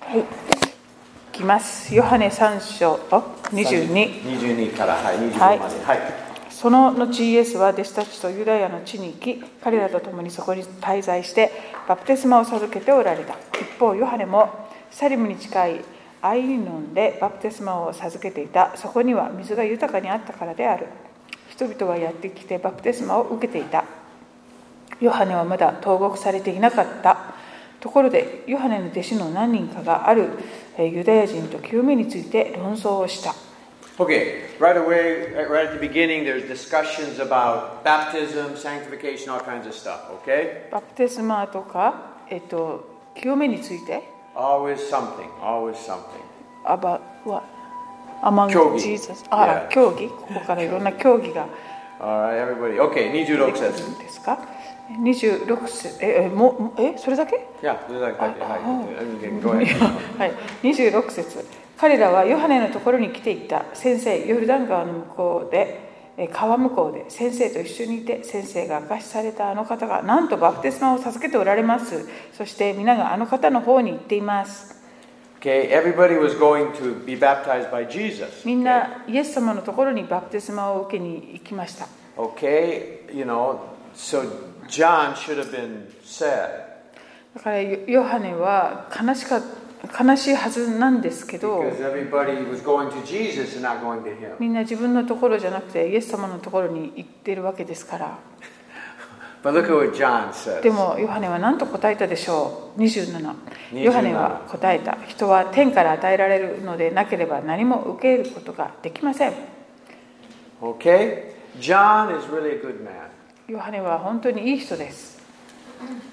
はいいきますヨハネ3章あ22 22から、はい、25まで、はいその後イエスは弟子たちとユダヤの地に行き彼らと共にそこに滞在してバプテスマを授けておられた一方ヨハネもサリムに近いアイリノンでバプテスマを授けていたそこには水が豊かにあったからである人々はやってきてバプテスマを受けていたヨハネはまだ投獄されていなかったところでヨハネの弟子の何人かがあるえーユダヤ人と清めについて論争をした Okay, right away, uh, right at the beginning, there's discussions about baptism, sanctification, all kinds of stuff, okay? バプテスマとか、えっと、清めについて Always something, always something. アバはアマン教義ジーザスあら Yeah. 競技ここからいろんな競技が All right, everybody. Okay, 出26てく says. るんですか26節ええももえそれだけ Yeah, just like that. I- Hi, oh. you can go ahead. はい、26節彼らはヨハネのところに来ていった先生ヨルダン川の向こうでえー川向こうで先生と一緒にいて先生が明かしされたあの方がなんとバプテスマを授けておられますそして皆があの方の方に行っています Okay, everybody was going to be baptized by Jesus. みんなイエス様のところにバプテスマを受けに行きました Okay, you know, so John should have been sad だからヨヨハネは悲しか悲しいはずなんですけど because everybody was going to Jesus and not going to him. みんな自分のところじゃなくてイエス様のところに行ってるわけですから But look at what John says. でもヨハネは何と答えたでしょう27 27ヨハネは答えた人は天から与えられるのでなければ何も受けることができません Okay, John is really a good man. ヨハネは本当にいい人です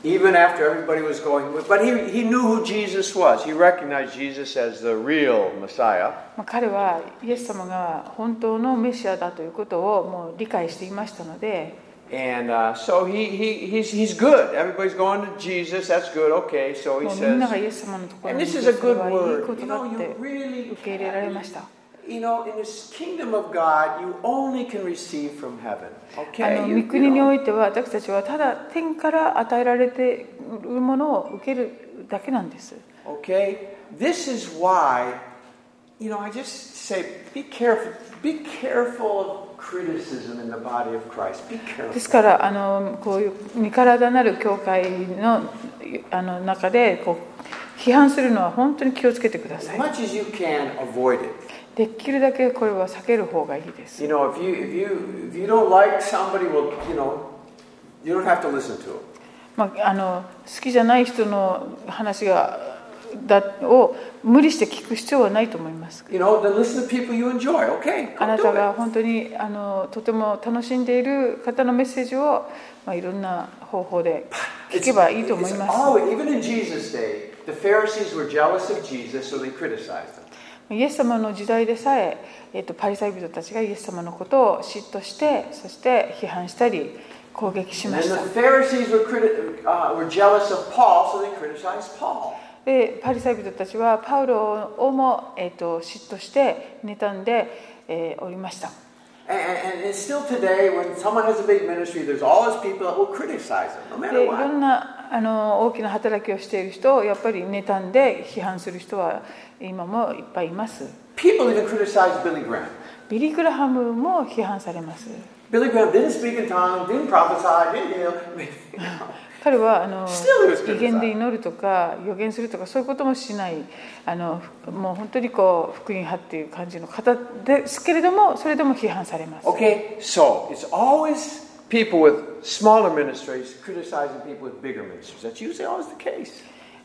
Even after everybody was going, but he, he knew who Jesus was. He recognized Jesus as the real Messiah. まあ彼はイエス様が本当のメシアだということをもう理解していましたので And uh, so he, he, he's, he's good. Everybody's going to Jesus. That's good. Okay. So he もうみんなが says, イエス様のところ and に行 this く is a それ good はいい word. こ You とだ know, っ you て really, 受け入れられました you know, in this kingdom of God, you only can receive from heaven. あ Okay. の You- 御 you 国に know. おいては私たちはただ天から与えられているものを受けるだけなんです Okay? This is why, you know, I just say be careful. Be careful of criticism in the body of Christ. Be で careful. すからあのこういう身体なる教会のあの中でこう批判するのは本当に気をつけてくださ As い much as you can, avoid it. できるだけこれは避ける方がいいです You know, if you if you if you don't like somebody, well, you know, you don't have to listen to them. まあ、あの好きじゃない人の話がだを無理して聞く必要はないと思います You know, then listen to people you enjoy. Okay, あ come なた do が it. 本当にあのとても楽しんでいる方のメッセージを、まあ、いろんな方法で聞 It's, けばいいと思い it's ます。 always, even in Jesus' day, the Pharisees were jealous of Jesus, so they criticized him. イエス様の時代でさええっと、パリサイ人たちがイエス様のことを嫉妬してそして批判したり攻撃し And ま then した the Pharisees were, criti- uh, were jealous of Paul, so they criticized Paul. でパリサイ人たちはパウロをも、えっと、嫉妬して妬んで、えーおりました And, and, and still today, when someone has a big ministry, there's always people that will criticize them, no で matter いろ what. んなあの大きな働きをしている人をやっぱり妬んで批判する人は今もいっぱいいます People even criticized Billy Graham. ビリー・グラハムも批判されます Billy Graham didn't speak in tongues, didn't prophesy, didn't heal. 彼はあの Still he was criticized. 威厳で祈るとか予言するとかそういうこともしないあのもう本当にこう福音派っていう感じの方ですけれどもそれでも批判されます okay, so it's always people with smaller ministries criticizing people with bigger ministries. That's usually always the case.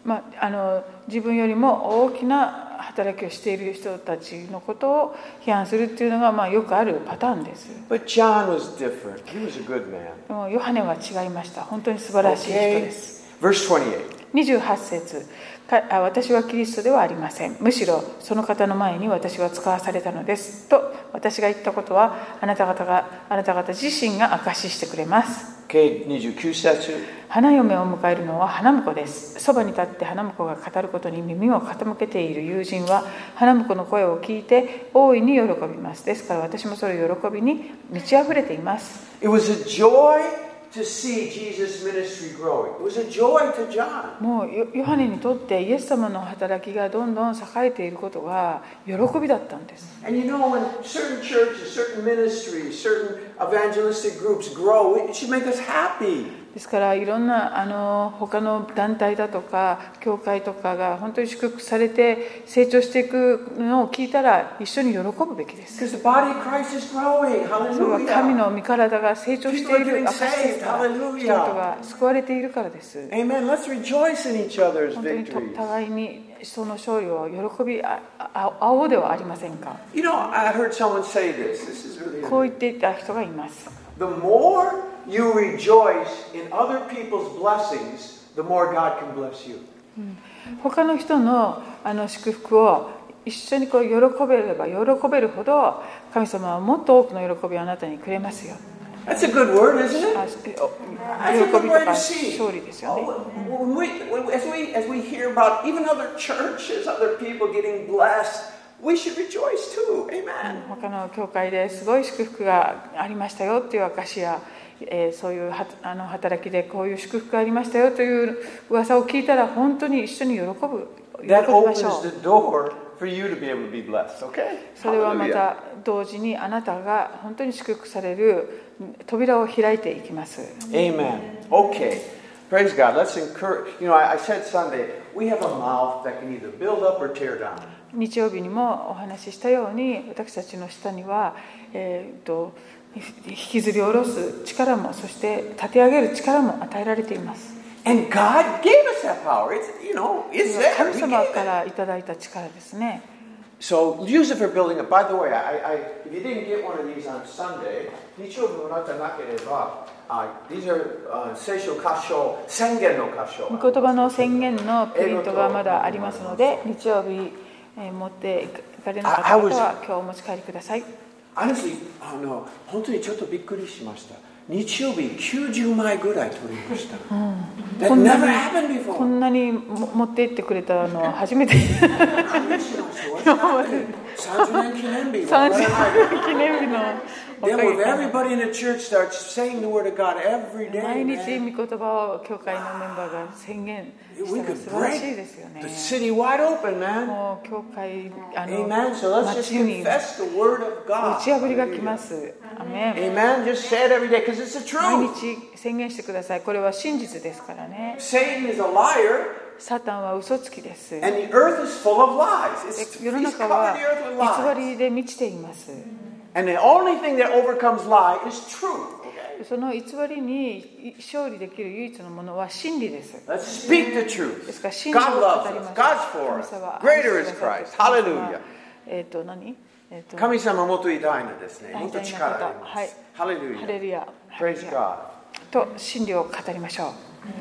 まあ、あの自分よりも大きな働きをしている人たちのことを批判するっていうのが、まあ、よくあるパターンです But John was different. He was a good man. でもヨハネは違いました本当に素晴らしい人で Okay. す Verse 28. 28節かあ私はキリストではありませんむしろその方の前に私は使わされたのですと私が言ったことはあなた方があなた方自身が証ししてくれます Okay, 29節。花嫁を迎えるのは花婿ですそばに立って花婿が語ることに耳を傾けている友人は花婿の声を聞いて大いに喜びますですから私もそれを喜びに満ち溢れています It was a joy to see Jesus' ministry growing. It was a joy to John. もうヨヨハネにとってイエス様の働きがどんどん栄えていることが喜びだったんです。 And you know, when certain churches, certain ministries, certain evangelistic groups grow, it should make us happy. ですからいろんなあの他の団体だとか教会とかが本当に祝福されて成長していくのを聞いたら一緒に喜ぶべきです。 Because the body of Christ is growing. それは神 Hallelujah. の身体が成長してい People are る証 getting ですから saved. 人 Hallelujah. 々が救われているからです。 Amen. Let's rejoice in each other's 本当にと victories. 互いにその勝利を喜びあああおうではありませんか。 You know, I heard someone say this. This is really こう言っていた人がいます。 The more you rejoice in other people's blessings, the more God can bless you. 他の人のあの祝福を一緒にこう喜べれば喜べるほど神様はもっと多くの喜びをあなたにくれますよ。 That's a good word, isn't it? あしえお That's a 喜 good びと way か to see. Oh, 勝利ですよね。 When we, when- as, we, as we hear about even other churches, other people getting blessed, we should rejoice too. Amen. 他の教会ですごい祝福がありましたよっていう証や、えーそういうはあの働きでこういう祝福がありましたよという噂を聞いたら本当に一緒に喜ぶ喜び That ま opens しょう the。door for you to be able to be blessed, okay? それはま Hallelujah. た同時にあなたが本当に祝福される扉を開いていきます。 Amen. Okay. Praise God. Let's encourage. You know, I, I said Sunday, we have a mouth that can either build up or tear down. 日曜日にもお話ししたように私たちの下には、えーとひ引きずり下ろす力もそして立て上げる力も与えられています And God gave us that power. It's, you know, it's there. 神 He 様 gave か it. らいただいた力ですね So use it for building up. By the way, I, I, if you didn't get one of these on Sunday, uh, these are uh, Seisho Kasho, Sengen no 御 Kasho. 言葉の宣言のプリントがまだありますので日曜日、えー持っていかれなかった方は今日お持ち帰りください Honestly, あの本当にちょっとびっくりしました。日曜日90枚ぐらい取り ました。That こんな never に happened こ before. んなにも持って行ってくれたのは初めて 30年記念日。 30記念日のおか Then げ when で everybody in the church starts saying the word of God every day, 毎日 man, 御言葉を教会のメンバーが宣言した we ら could 素晴らしいですよ break ね the。city wide open, man. もう教会あの Amen. So let's just 街に打ち confess the word of God. 破りが来ます。アメン Amen. Just say it every day because it's the 毎 truth. 日宣言してください。これは真実ですからね。 Satan is a liar. サタンは嘘つきです。 And the earth is full of lies. It's, 世の he's 中 covered the earth with は偽 lies. りで満ちています。 And the only thing that overcomes lie is truth. Okay? その偽りに勝利できる唯一のものは真理です。 Let's speak the です truth. から真理を God 語 loves りま us. しょ God's う神 for us. 様は愛して Greater くだ is さって神 Christ. 様は Hallelujah. えっ、と何？えっ、と神様もっと偉大なですね。はいもっと力あります。ハレ Hallelujah. ルヤ。 Praise God. と真理を語りましょう。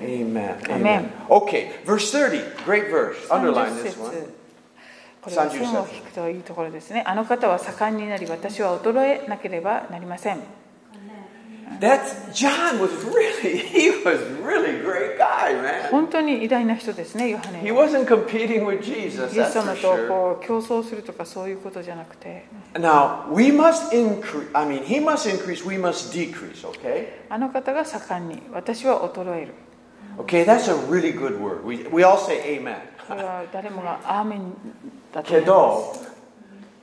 Amen. Amen. Okay, verse 30. Great verse. 30 Underline 節 this one. これは30節線を引くというところですね。あの方は盛んになり、私は衰えなければなりません。 That's John was really he was really great guy, man. 本当に偉大な人ですね、ヨハ He ネは。 wasn't competing with Jesus. イエス That's for 様と sure. こう競争するとかそういうことじゃなくて、 Now we must increase. I mean, he must increase. We must decrease. Okay. あの方が盛んに、私は衰える。 Okay, that's a really good word. We we all say Amen. これは誰もがアーメンだと思けいまど、す。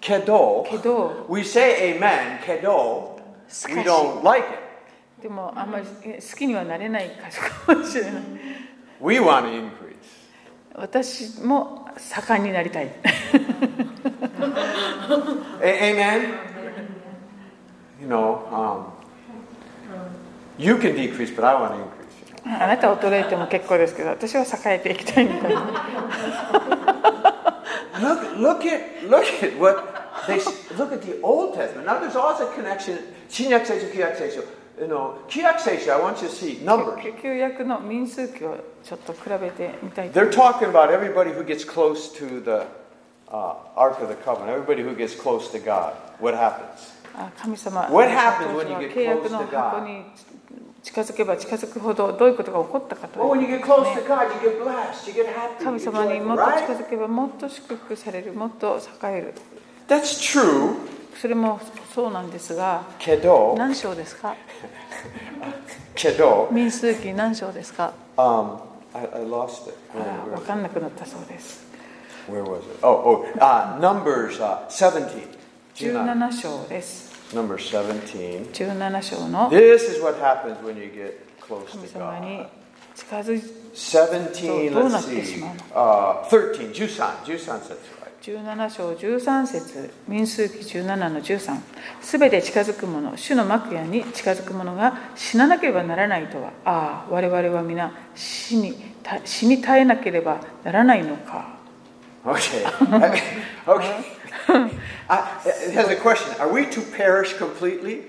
けど、けど we say Amen. けど、し we かし don't like it. でもあんまりえ好きにはなれない箇所かもしれない。 We want to increase. 私も盛んになりたい。 A- amen. You know, um, you can decrease, but I want to increase. you know. あなたは衰えても結構ですけど、私は栄えていきたいみたい な。 Look, look at look at what they look at the Old Testament. Now there's always a connection. 新約聖書、旧約聖書。You know, 旧約聖書 I want you to see numbers. 旧約の民数記をちょっと比べてみたいと They're talking about everybody who gets close to the uh, Ark of the Covenant. Everybody who gets close to God. What happens? あ神様 What happens when you get 契約の close to God? 箱に近づけば近づくほどどういうことが起こったかと Well, when い you う get close to God, you get blessed. You get happy. 神 You 様に get も joyful, っと近 right? づけばもっと祝福されるもっと栄える That's true. それもそうなんですが Kedo. 何章ですかけど、民数記何章ですか um, I, I lost it. あ Where, らわ where- かんなくなったそうです where was it? Oh, oh, uh, Numbers uh, 17. 17. 17章です Number 17. 17章の This is what happens when you get close 神 to 様に God. 近づい 17, So, let's do see. not Uh, 13, Jusan. Jusan says right. 17章13節民数記17の13すべて近づく者主の幕屋に近づく者が死ななければならないとはああ我々は皆死にた死に絶えなければならないのか Okay. okay. I, it has a question. Are we to perish completely?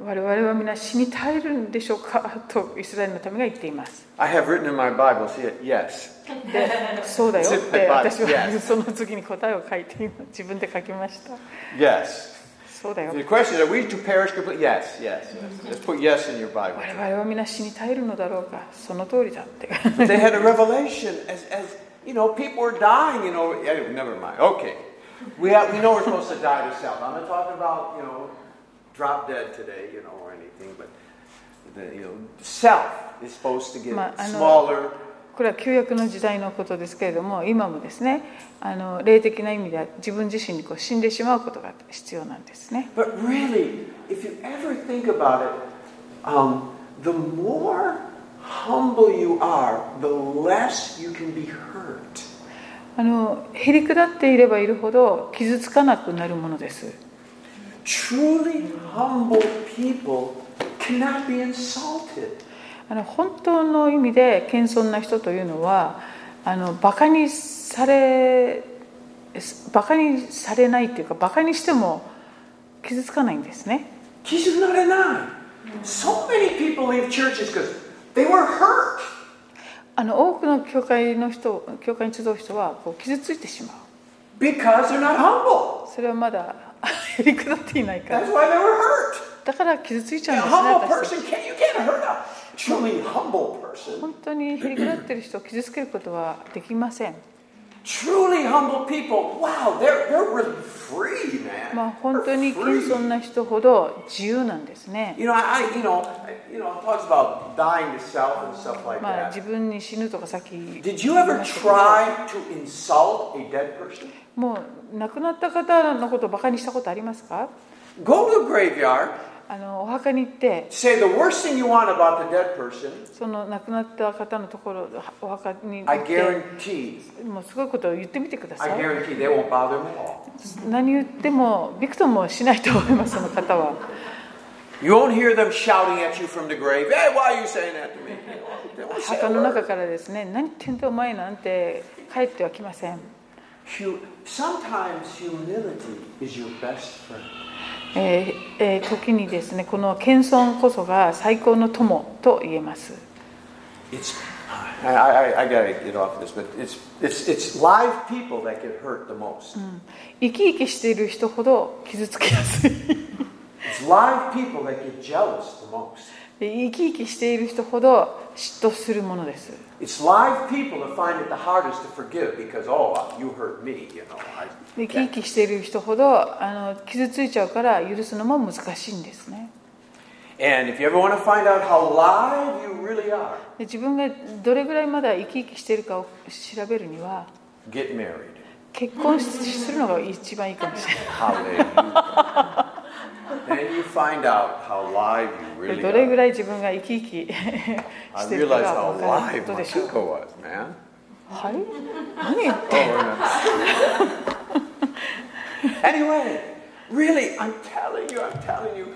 我々は皆死に絶えるんでしょうか とイスラエルの民が言っています I have written in my Bible, see it? Yes. でそうだよって Yes. 私は その次に答えを書いて 今自分で書きました Yes. そうだよ The question is, are we to perish completely? Yes, yes, yes. Let's put yes in your Bible. 我々は皆死に絶えるのだろうかその通りだって But they had a revelation as, as you know, people were dying, you know. eh, Never mind. Okay. We, have, we know we're supposed to die to self. I'm not talking about, you know, drop dead today, you know, or anything, but, the, you know, self is supposed to get Ma- I know. smaller. これは旧約の時代のことですけれども今もですねあの霊的な意味では自分自身にこう死んでしまうことが必要なんですね But really, if you ever think about it, um, the more humble you are, the less you can be hurt. あのへりくだっていればいるほど傷つかなくなるものです Truly humble people cannot be insulted. あの本当の意味で謙遜な人というのはあのバカにされバカにされないというかバカにしても傷つかないんですね傷つかれない So many people leave churches because they were hurt. あの多くの教会の人教会に集う人はこう傷ついてしまう Because they're not humble. それはまだ へりくだっていないから That's why they were hurt. だから傷ついち A ゃうん humble ですね私たち person can't you can't hurt a truly humble person. 本当にへりくだってる人を傷つけることはできませ ん Truly humble people, wow, they're they're really free, man. まあ本当 They're に free. 謙遜な人ほど自由なんですね You know, I I- you know I- you know it talks about dying to self and stuff like まあ自 that. 分に死ぬとかさっき Did you ever も try to insult a dead person? う亡くなった方のことをバカにしたことありますか Go to the graveyard, あのお墓に行って say the worst thing you want about the dead person. その亡くなった方のところお墓に行 I って guarantee, もうすごいことを言ってみてくだ I さい guarantee they won't bother him at all. 何言ってもびくともしないと思いますその方は You won't hear them shouting at you from the grave, hey, why are you saying that to me? They won't say 墓 a の中 word. からですね何言ってんだお前なんて帰ってはきません Hu- Sometimes humility is your best friend. えーえー時にですねこの謙遜こそが最高の友と言えます It's, I, I, I gotta get off this, but it's, it's, it's live people that get hurt the most. 生き生きしている人ほど傷つきやすい It's live people that get jealous the most. 生き生きしている人ほど嫉妬するものです It's live people that find it the hardest to forgive because, oh, you hurt me, you know. I 生き生 can't きしている人ほどあの傷ついちゃうから許すのも難しいんですね And if you ever want to find out how live you really are, で自分がどれぐらいまだ生き生きしているかを調べるには get married. 結婚しするのが一番いいかもしれない Hallelujah. then you find out how live you で really どれぐ are. らい自分が生き生きし I てるか realized が how 分かる live ことでしょう。 Machuca was, man. はい？何言っ Oh, て we're Oh, not- anyway, really, I'm telling you, I'm telling you,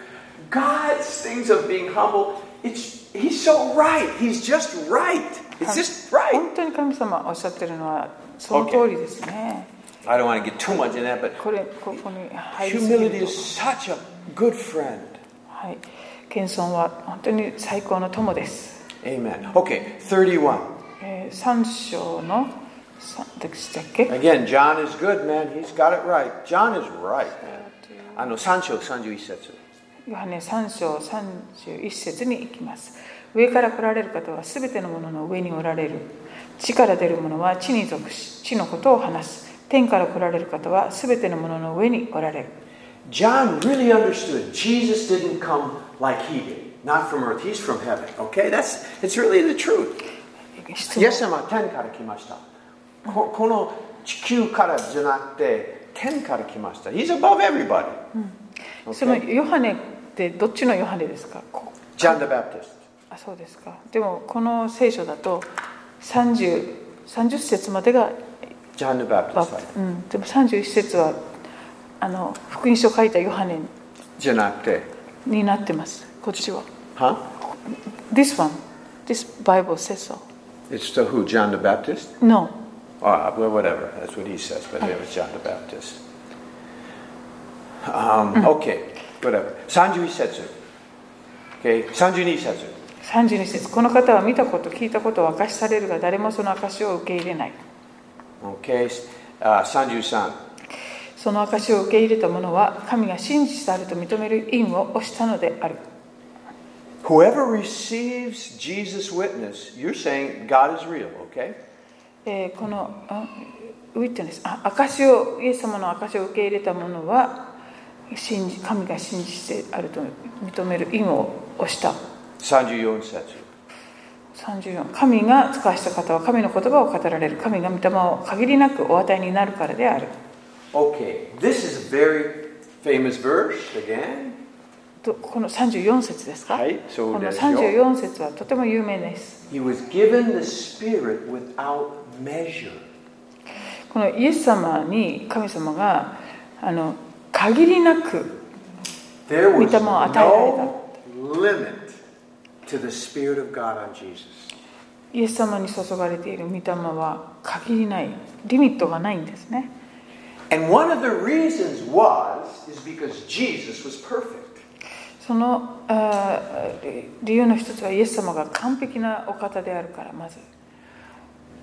God's things of being humble, it's, he's so right. He's just right. It's just right. 本当に神様おっしゃってるのはその通りですね。 I don't want to get too much in that, but これここに入りすぎ humility ると is such a good friend. はい。謙遜は本当に最高の友です。 Amen. Okay, 31. えー、三章の三でしたっけ？ Again, John is good, man. He's got it right. John is right, man. あの3章31節ヨハネ3章31節に行きます。上から来られる方はすべてのものの上におられる。地から出るものは地に属し、地のことを話す。天から来られる方はすべてのものの上におられる。 John really understood Jesus didn't come like he did. Not from earth, he's from heaven. Okay? That's it's really the truth. 質イエ問ス様は天から来ました。ここの地球からじゃなくて、天から来ました。He's above everybody. そのヨハネってどっちのヨハネですかこ John the Baptist. あそうですかでもこの聖書だと 30, 30節までが John the Baptist. はいうん、でも31節はあの福音書を書いたヨハネじゃなくて、になってますこっちはは This one This Bible says so It's to who? John the Baptist? No Ah, well, whatever. That's what he says, but it was John the Baptist. Um, Okay, whatever. 31節。Okay, 32節。 32節この方は見たこと聞いたことを明かしされるが誰もその証しを受け入れない Okay, uh, あ33。その証しを受け入れた者は神が真実であると認める印を押したのである Whoever receives Jesus' witness, you're saying God is real, okay? えーこのあウィットネスあ証しをイエス様の証しを受け入れた者は信じ神が信じてあると認める印を押した34節。 34神が使わした方は神の言葉を語られる神が御霊を限りなくお与えになるからである Okay, this is a very famous verse again. とこの34節ですか、はいそうですよこの34節はとても有名です He was given the Spirit without measure. このイエス様に神様があの限りなく There 御 was 霊を与えられた。 no limit to the Spirit of God on Jesus. イエス様に注がれている御霊は限りないリミットがないんですね And one of the reasons was is because Jesus was perfect. そのあー理由の一つはイエス様が完璧なお方であるからまず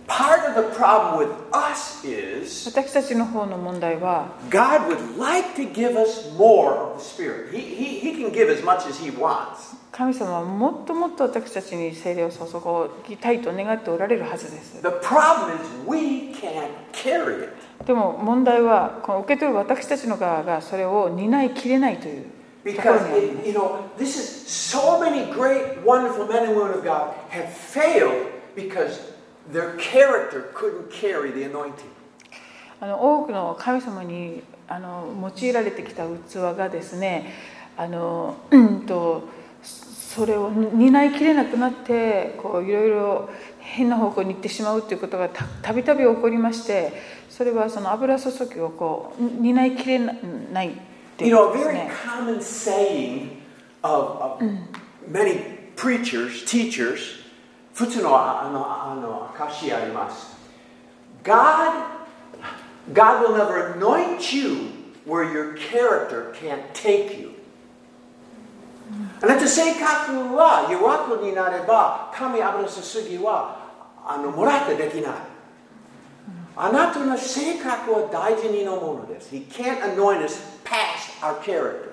Part of the problem with us is 私たちの方の問題は God would like to give us more of the Spirit. He, he, he can give as much as He wants. 神様はもっともっと私たちに精霊を注ぎたいと願っておられるはずです The problem is we can't carry it でも問題はこの受け取る私たちの側がそれを担いきれないというところ because にありま it, you know this is so many great, wonderful men and women of God have failed because their character couldn't carry the anointing. すあの多くの神様にあの用いられてきた器がですねあのうんとそれを担いきれなくなってこういろいろ変な方向に行ってしまうということがたたびたび起こりましてそれはその油注ぎをこう担いきれないってい You うこ know, a とです very ね。 common saying of, of many preachers, teachers, 普通のあのあの証あります。God, God will never anoint you where your character can't take you. あなた性格は弱くになれば神油注ぎはあのもらってできない。あなたの性格は大事にのものです。He can't anoint us past our character.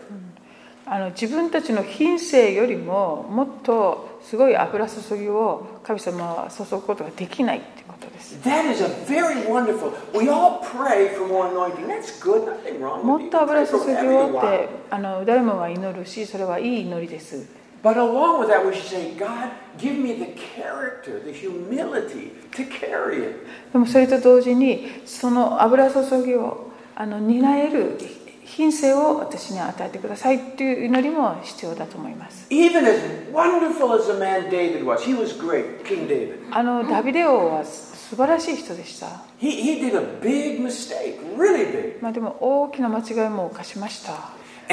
あの自分たちの品性よりももっとすごい油注ぎを神様は注ぐことができないってことです That is a very wonderful. We all pray for more anointing. That's good. Nothing wrong も with っ you. と Pray 油注 for ぎをっ everyone. てあの誰もが祈るしそれはいい祈りです But along with that, we should say, God, give me the character, the humility to carry it. でもそれと同時にその油注ぎをあの担える品性を私に与えてくださいっていう祈りも必要だと思います Even as wonderful as the man David was, he was great, King David. あのダビデ王は素晴らしい人でした He, he did a big mistake, really big. まあでも大きな間違いも犯しました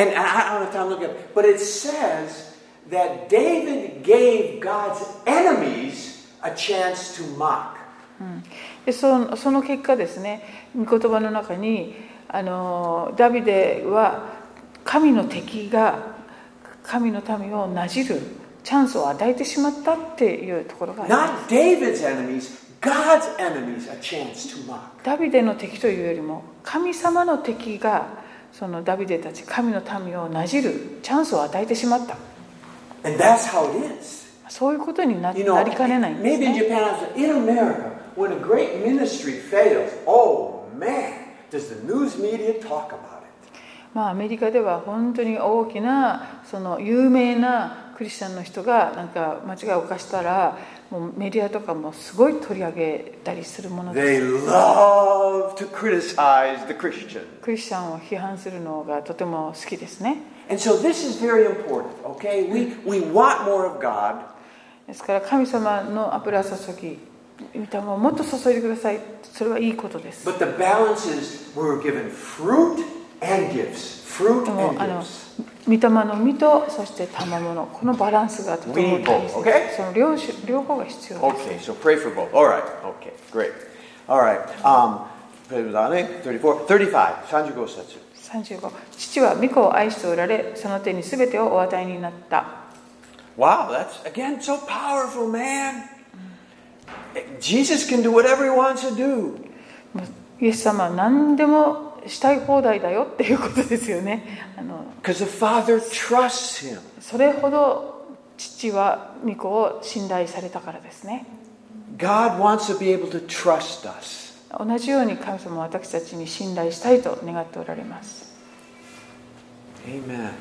And I, I don't have time to look at it, but it says that David gave God's enemies a chance to mock. でそのその結果ですね御言葉の中にあのダビデは神の敵が神の民をなじるチャンスを与えてしまったっていうところがあります Not David's enemies, God's enemies a chance to mock. ダビデの敵というよりも神様の敵がそのダビデたち神の民をなじるチャンスを与えてしまった And that's how it is. そういうことにな You know, なりかねないんです、 maybe in ね、 Japan, in America, when a great ministry fails, oh man, does the news media talk about it? まあアメリカでは本当に大きなその有名なクリスチャンの人がなんか間違いを犯したらもうメディアとかもすごい取り上げたりするもので They love to criticize the Christian. クリスチャンを批判するのがとても好きですね And so this is very important, okay? We, we want more of God. ですから神様の油注ぎ御霊をもっと注いでくださいそれはいいことです But the balance is we're given fruit and gifts. Fruit でも and あの gifts. 御霊の身とそして賜物このバランスがとても大事 We both, で okay? すその両種両方が必要です Okay, so pray for both. All right, okay, great. All right, um, 34, 35, Sanjugo Setsu. 35父は御子を愛しておられその手に全てをお与えになった Wow, that's again so powerful, man. Jesus can do whatever he wants to do. もうイエス様は何でもしたい放題だよっていうことですよねあの Because the Father trusts him. それほど父は御子を信頼されたからですね God wants to be able to trust us. 同じように神様は私たちに信頼したいと願っておられます Amen.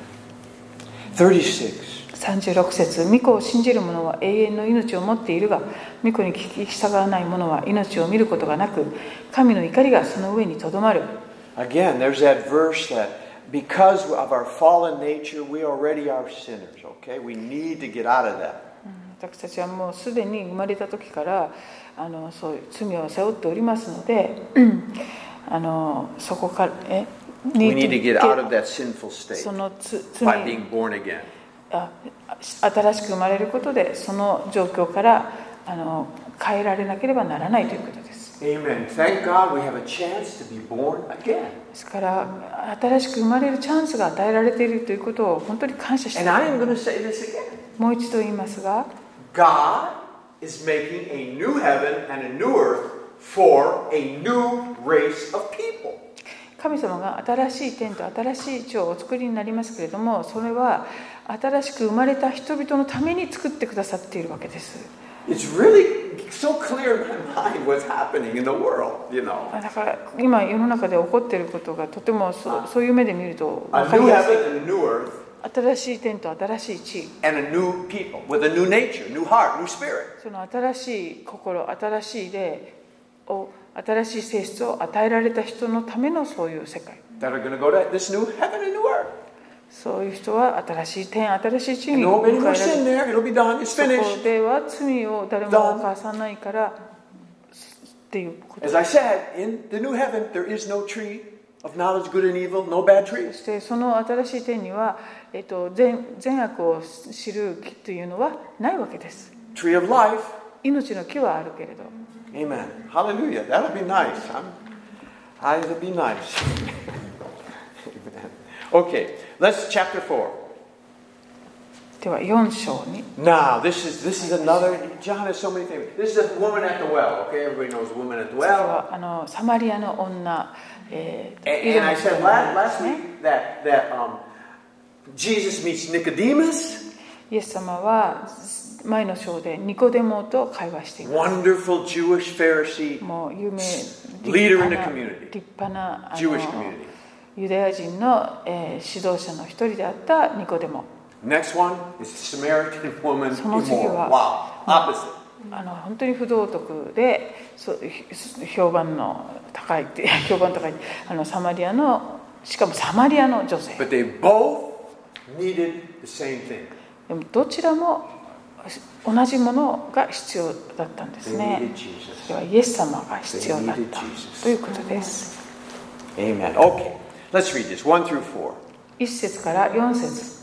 36. 36節御子を信じる者は永遠の命を持っているが御子に聞き従わない者は命を見ることがなく神の怒りがその上にとどまる Again, there's that verse that because of our fallen nature, we already are sinners, okay? We need to get out of that. 私たちはもうすでに生まれた時からあのそういう罪を背負っておりますのでうんあのそこからえ We need to need to get- get out of that sinful state そのつ by 罪 being born again. あ新しく生まれることでその状況からあの変えられなければならないということです Amen. Thank God we have a chance to be born again. ですから新しく生まれるチャンスが与えられているということを本当に感謝して And I am going to say this again もう一度言いますが God is making a new heaven and a new earth for a new race of people. 神様が新しい天と新しい地をお作りになりますけれどもそれは新しく生まれた人々のために作ってくださっているわけです It's really so clear in my mind what's happening in the world, you know. だから今世の中で起こっていることがとてもそそういう目で見ると A 分かり new やすい heaven and a new earth 新しい天と新しい地 and a new people with a new nature, new heart, new spirit. その新しい心新しい霊を新しい性質を与えられた人のためのそういう世界 That are going to go to this new heaven and new earth. そういう人は新しい天新しい地 And に there won't be 迎 any えられる more sin there. It'll be done. It's そこ finished. では罪を誰も犯さないからっていうこと As I said, in the new heaven, there is no tree of knowledge, good and evil, no bad そ trees. してその新しい天には、えっと、善善悪を知る木というのはないわけです Tree of life. 命の木はあるけれど Amen. Hallelujah. That'll be nice. I'm, I, it'll be nice. Amen. Okay, let's chapter 4. では4章に Now, this is this is another John has so many things. This is the woman at the well. Okay, everybody knows the woman at the それ well. はあのサマリアの女、え And, ー、イル and I マという said 女で last, last すね week that that um, Jesus meets Nicodemus. イエス様は前の章でニコデモと会話しています Wonderful Jewish Pharisee, もう有名 Leader in the 立派な community. 立派なあ Jewish の community. ユダヤ人の、えー指導者の一人であったニコデモ Next one is a Samaritan woman. その次は、 immoral. Wow, opposite. あの本当に不道徳でそうひ評判の高いって 評判高いあのサマリアのしかもサマリアの女性 But they both needed the same thing. でもどちらも同じものが必要だったんです They ね needed Jesus. それはイエス様が必要だった They needed Jesus. ということです Amen. Okay, let's read this one through four. 1節から4節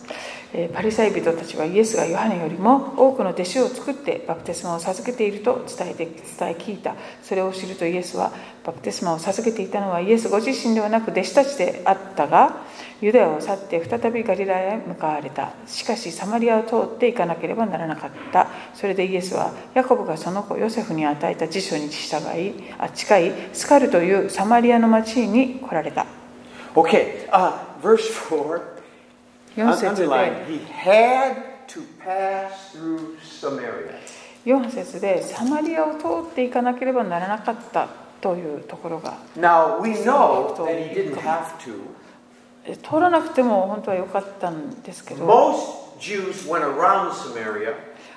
えーパリサイ人たちはイエスがヨハネよりも多くの弟子を作ってバプテスマを授けていると伝えて伝え聞いたそれを知るとイエスはバプテスマを授けていたのはイエスご自身ではなく弟子たちであったがユダヤを去って再びガリラヤへ向かわれたしかしサマリアを通って行かなければならなかったそれでイエスはヤコブがその子ヨセフに与えた辞書に従いあ近いスカルというサマリアの町に来られた Okay, uh, verse 4. 4節で Underline, he had to pass through Samaria. 4節でサマリアを通っていかなければならなかったというところが Now, we know that he didn't have to. え通らなくても本当はよかったんですけど Most Jews went around Samaria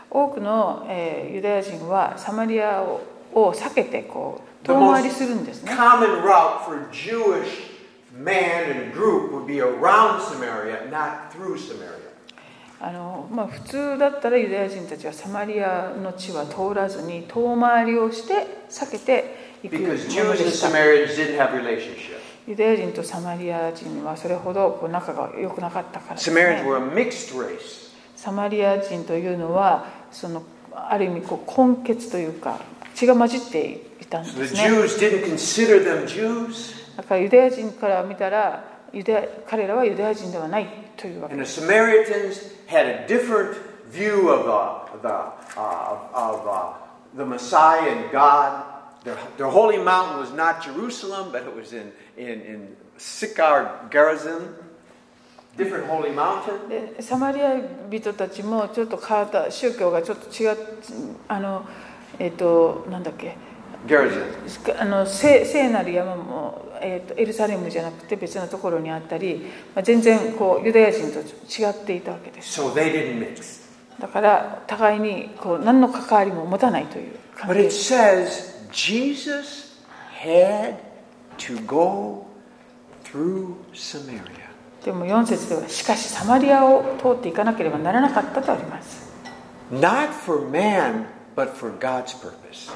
多くの、えーユダヤ人はサマリアをを避けてこう The 遠 most- 回りするんですね common route for Jewish man and group would be around Samaria, not through Samaria. あの、まあ、普通だったらユダヤ人たちはサマリアの地は通らずに遠回りをして避けていくもの Because で Jews and した Samaritans didn't have relationship. ユダヤ人とサマリア人はそれほどこう仲が良くなかったからです、ね Samaritans were a mixed race. サマリア人というのはそのある意味こう混血というか血が混じっていたん So で the すね Jews didn't consider them Jews, だからユダヤ人から見たらユダヤ彼らはユダヤ人ではないというわけ and で the す Samaritans had a different view of uh, the, uh, of uh, the Messiah and God. Their, their holy mountain was not Jerusalem, but it was in, in, in Sychar Gerizim, different holy mountain. でサマリア人たちもちょっと変わった宗教がちょっと違っあのえっ、となんだっけ Gerizim. あの聖聖なる山も、えー、とエルサレムじゃなくて別のところにあったり、まあ、全然こうユダヤ人と違っていたわけです So they didn't mix. だから互いにこう何の関わりも持たないという関 But 係 it says Jesus had to go through Samaria. でも4節ではしかしサマリアを通っていかなければならなかったとあります。 Not for man, but for God's purpose.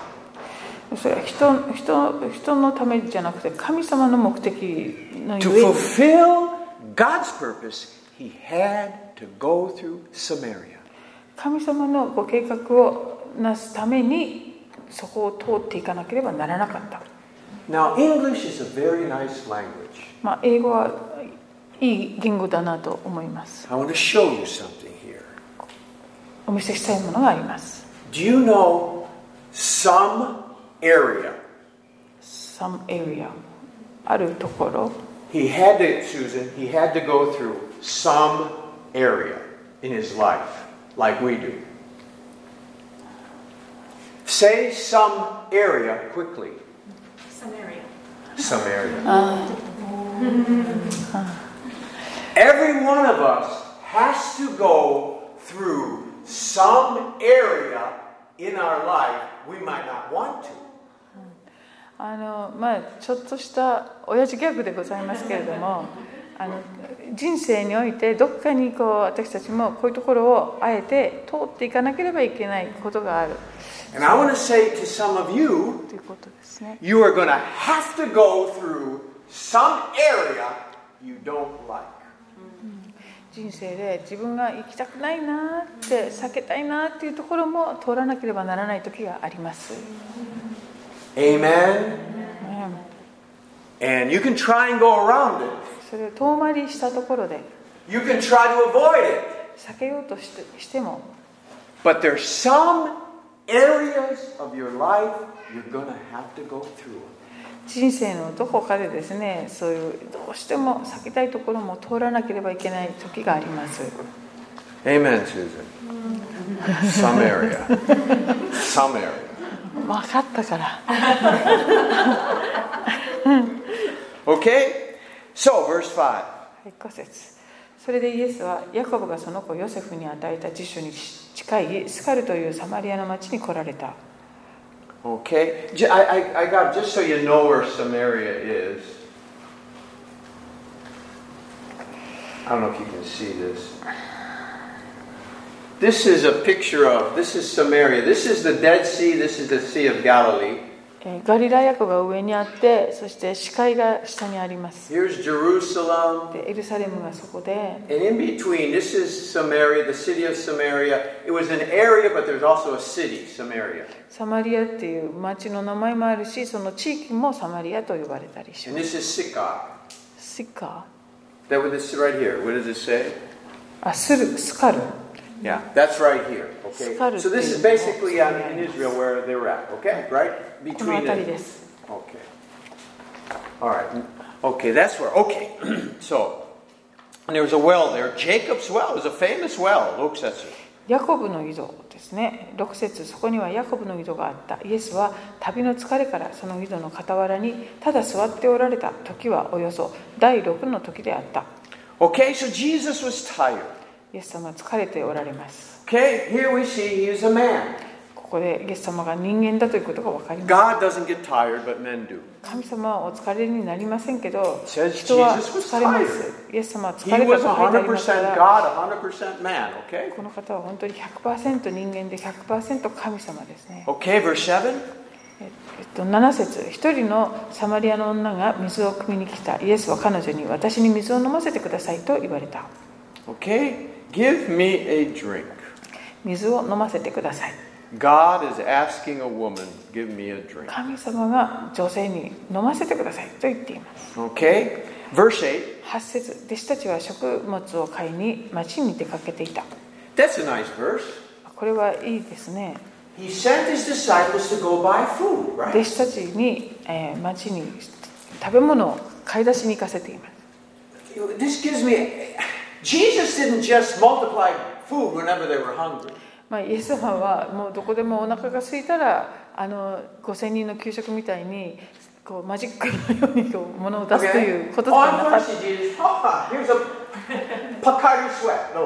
それは人人人のためじゃなくて神様の目的の To ゆえに fulfill God's purpose, he had to go through Samaria. 神様のご計画をなすためにそこを通っていかなければならなかった。 Now, English is a very nice language. まあ、英語はいい言語だなと思います。 I want to show you something here. お見せしたいものがあります。 Do you know some area? Some area あるところ He had to, Susan, he had to go through some area in his life, like we do. Say some area quickly. Samaria. Some area. Every one of us has to go through some area in our life we might not want to. あのまあちょっとした親父ギャグでございますけれども あの人生においてどっかにこう私たちもこういうところをあえて通っていかなければいけないことがある And I want to say to some of you, ということですね You are going to have to go through some area you don't like. 人生で自分が行きたくないなーって避けたいなーっていうところも通らなければならない時があります、 Amen. うん、 And you can try and go around it. それを遠回りしたところで You can try to avoid it. 避けようとしてしても But there's some areas of your life you're going to have to go through. 人生のどこかでですねそういうどうしても避けたいところも通らなければいけない時があります、 Amen, Susan. Some area. Some area. 分かったから、 Okay? So, verse 5. 一個節それでイエスはヤコブがその子ヨセフに与えた辞書に近いスカルというサマリアの町に来られた Okay? J- I, I, I got, just so you know where Samaria is. I don't know if you can see this. This is a picture of, this is Samaria. This is the Dead Sea, this is the Sea of Galilee. えーガリラヤ湖が上にあってそして視界が下にあります Here's Jerusalem. でエルサレムがそこで And in between, this is Samaria, the city of Samaria. It was an area, but there's also a city, Samaria. サマリアっていう町の名前もあるしその地域もサマリアと呼ばれたりし And ます this is Sychar. シカ That what this right here. What does it say? あスルスカル Yeah, that's right here. Okay, Scarlet so this is is basically not on, Samaria. in Israel where they're at. Okay, right この between. 辺り The, です okay. All right. Okay, that's where. Okay, so and there was a well there. Jacob's well It was a famous well. Luke says it. ヤコブの井戸ですね6節そこにはヤコブの井戸があったイエスは旅の疲れからその井戸の傍らにただ座っておられた時はおよそ第6の時であった Okay, so Jesus was tired. イエス様は疲れておられます。 Okay, here we see he is a man. ここでイエス様が人間だということが分かります。 God doesn't get tired, but men do. 神様はお疲れになりませんけど、 Says 人は Jesus was 疲れます。イエス様は疲 He れたと書い was てありますか100%ら、 God, 100% man, okay? この方は本当に100%人間で100%神様ですね。 Okay, verse 7. えっと、7節一人のサマリアの女が水を汲みに来た。イエスは彼女に私に水を飲ませてくださいと言われた。 Okay, give me a drink. 水を飲ませてください。 God is asking a woman, give me a drink. 神様が女性に飲ませてくださいと言っています。 Okay, verse 8. 8節弟子たちは食物を買いに町に出かけていた。 That's a nice verse. これはいいですね。 He sent his disciples to go buy food, 弟 right? 子たちに、えー町に食べ物を買い出しに行かせています。 This gives me. Jesus didn't just multiply food whenever they were hungry. まあ、イエス様はもうどこでもお腹が空いたらあの5,000人の給食みたいにこうマジックのようにこう物を出すということではなかった On mercy, Jesus. Oh, here's a Pocari sweat. No,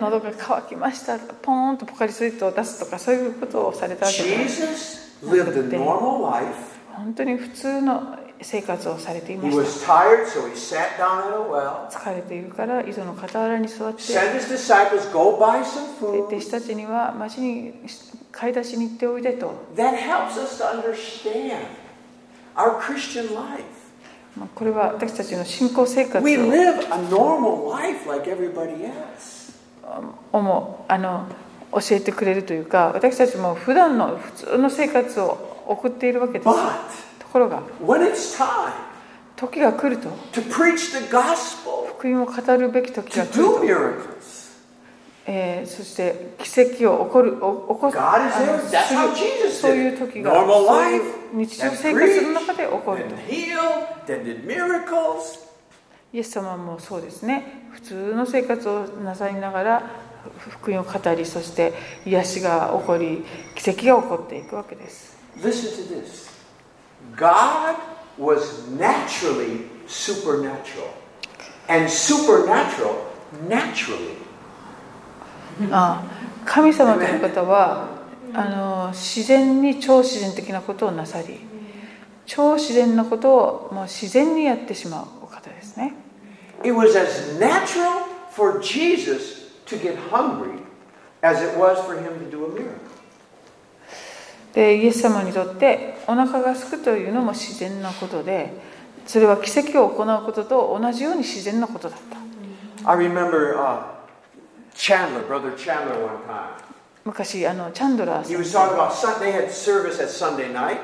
No. 喉が渇きましたポーンとポカリスエットを出すとかそういうことをされたわけです Jesus lived a normal life. 本当に普通の生活をされてい He まし was tired, so he sat down at a well. た疲れているから井戸の傍らに座って Sent his disciples, go buy some で弟 food. 子たちには町に買い出しに行っておいでと That helps us to understand our Christian life. まあこれは私たちの信仰生活 We を live a normal life like everybody else. をもあの教えてくれるというか私たちも普段の普通の生活を送っているわけです But ところが when it's time 時が来ると to preach the gospel, 福音を語るべき時が to 来る do と、 miracles, えーそして奇跡を起こるお起こす God is あ there. の That's how する Jesus そうい did う it. 時が Normal そういう life, 日常生 then 活の preach, 中で起こると then heal, then did miracles. イエス様もそうですね普通の生活をなさりながら福音を語りそして癒しが起こり奇跡が起こっていくわけです Listen to this. God was naturally supernatural, and supernatural naturally. ああ神様という方はあの自然に超自然的なことをなさり超自然なことをもう自然にやってしまうお方ですね It was as natural for Jesus to get hungry as it was for him to do a miracle. でイエス様にとってお腹が空くというのも自然なことでそれは奇跡を行うことと同じように自然なことだった I remember uh, Chandler, Brother Chandler, one time. 昔あのチャンドラー He さん was talking about Sun- they had service at Sunday night,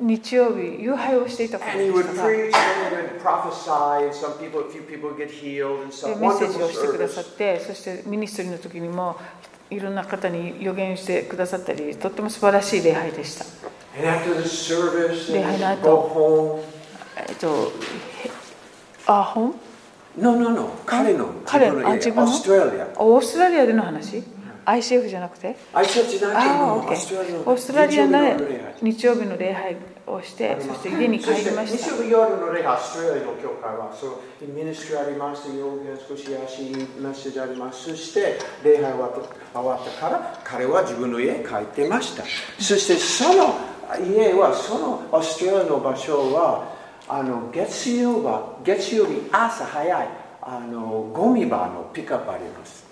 日曜日夕拝をしていたこと and で he し would たが preach and he would prophesy, and some people, a few people would get healed, and で some メッセージ wonderful をしてくだ service. さってそしてミニストリーの時にもいろんな方に予言してくださったりとっても素晴らしい礼拝でした、 And after the service, They and had go home. えっとへあほん No, no, no. 彼の-彼-自分の家、あ、自分の？ Australia. オーストラリアでの話 ICF じゃなくて I said to ああ OK オーストラリアで日曜日の礼日曜日の礼拝拝。をしてそして家に帰りましたそして日曜日夜の礼拝、オーストラリアの教会は、そう、ミニストラリーマスター予言少し癒し、メッセージありますして、礼拝終わった、終わったから、彼は自分の家帰ってました。そしてその家はそのオーストラリアの場所は、あの、月曜日は、月曜日朝早い、あの、ゴミ場のピカパあります。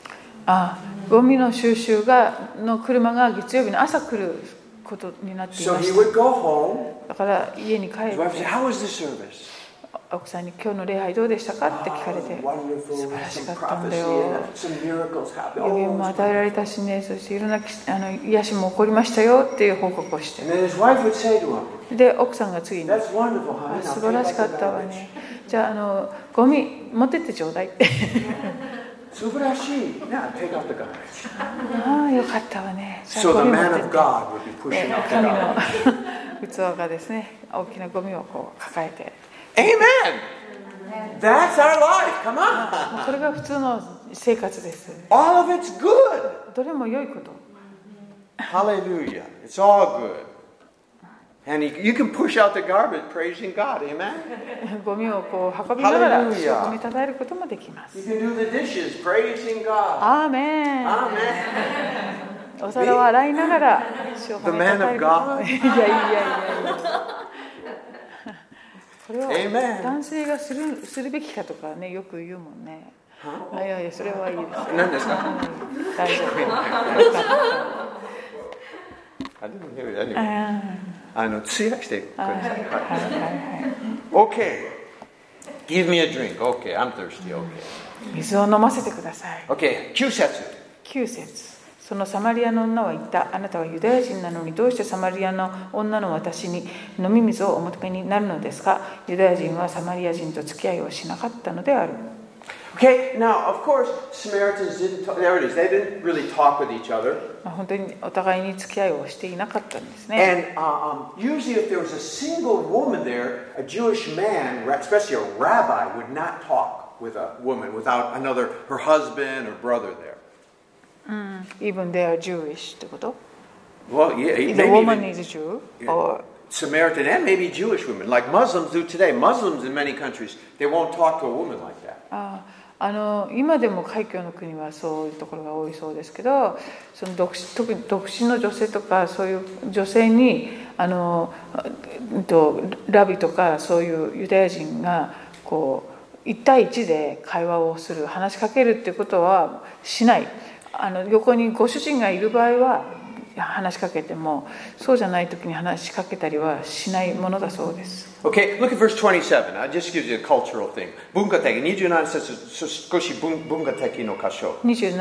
あゴミの収集がの車が月曜日の朝来ることになってい So ま he した would go home. だから家に帰っ His て wife said, How was the service? 奥さんに「今日の礼拝どうでしたか?」って聞かれて Oh, wonderful. 素晴らしか Some ったんだ prophecy よ and some miracles happened. 予 Oh, 言も it was 与えられたしね、そしていろんなきあの癒しも起こりましたよっていう報告をし And て、 then his wife would say to him, で、奥さんが次に、 That's wonderful, あ honey. 素晴 Now pay ら back し the かったわ damage. ね、じゃあ、あのゴミ持ってってちょうだい って、素晴らしい。Now take out the garbage. ああ、よかったわね、じゃあ So ゴ the ミ持 man ってっ of て God would be で pushing out the 神 garbage. の器がですね、大きなゴミをこう抱えて、 Amen. That's our life. Come も on. うこれが普通の生活です、 All of it's good. どれも良いこと、 Hallelujah. It's all good. And he, you can push out the garbage praising God. Amen? ゴミをこう運びながら Hallelujah. 主を褒めたたえることもできま You す。 can do the dishes praising God. アーメン Amen. お皿を洗いながら主を褒めたたえることも The man of いやいやいやいや。これを Amen. 男性がするするべきかとかねよく言うもんね。あいやいやそれはいいですよ。何ですかうん大丈夫。 I didn't hear it anyway. あー Ah. あの、通訳してください。はい。はいはいは Okay. Give me a drink. Okay, I'm thirsty. Okay. い水を飲ませてください。 Okay, 9節。 9節そのサマリアの女は言ったあなたはユダヤ人なのにどうしてサマリアの女の私に飲み水をお求めになるのですかユダヤ人はサマリア人と付き合いをしなかったのである Okay, now, of course, Samaritans didn't talk. There it is. They didn't really talk with each other. まあ本当にお互いに付き合いをしていなかったんですね And uh, um, usually, if there was a single woman there, a Jewish man, ra- especially a rabbi, would not talk with a woman without another, her husband or brother there. Even they are Jewish ってこと Well, yeah, The maybe woman even is Jew Yeah. or Samaritan and maybe Jewish women, like Muslims do today. Muslims in many countries, they won't talk to a woman like that. ああの今でも海峡の国はそういうところが多いそうですけどその独身特に独身の女性とかそういう女性にあの、うんと、ラビとかそういうユダヤ人がこう1対1で会話をする話しかけるっていうことはしないあの横にご主人がいる場合は話しかけてもそうじゃない時に話しかけたりはしないものだそうです。 Okay, look at verse 27. I just gives you a cultural thing. 文化的、27節、少し文文化的の箇所。はい、27、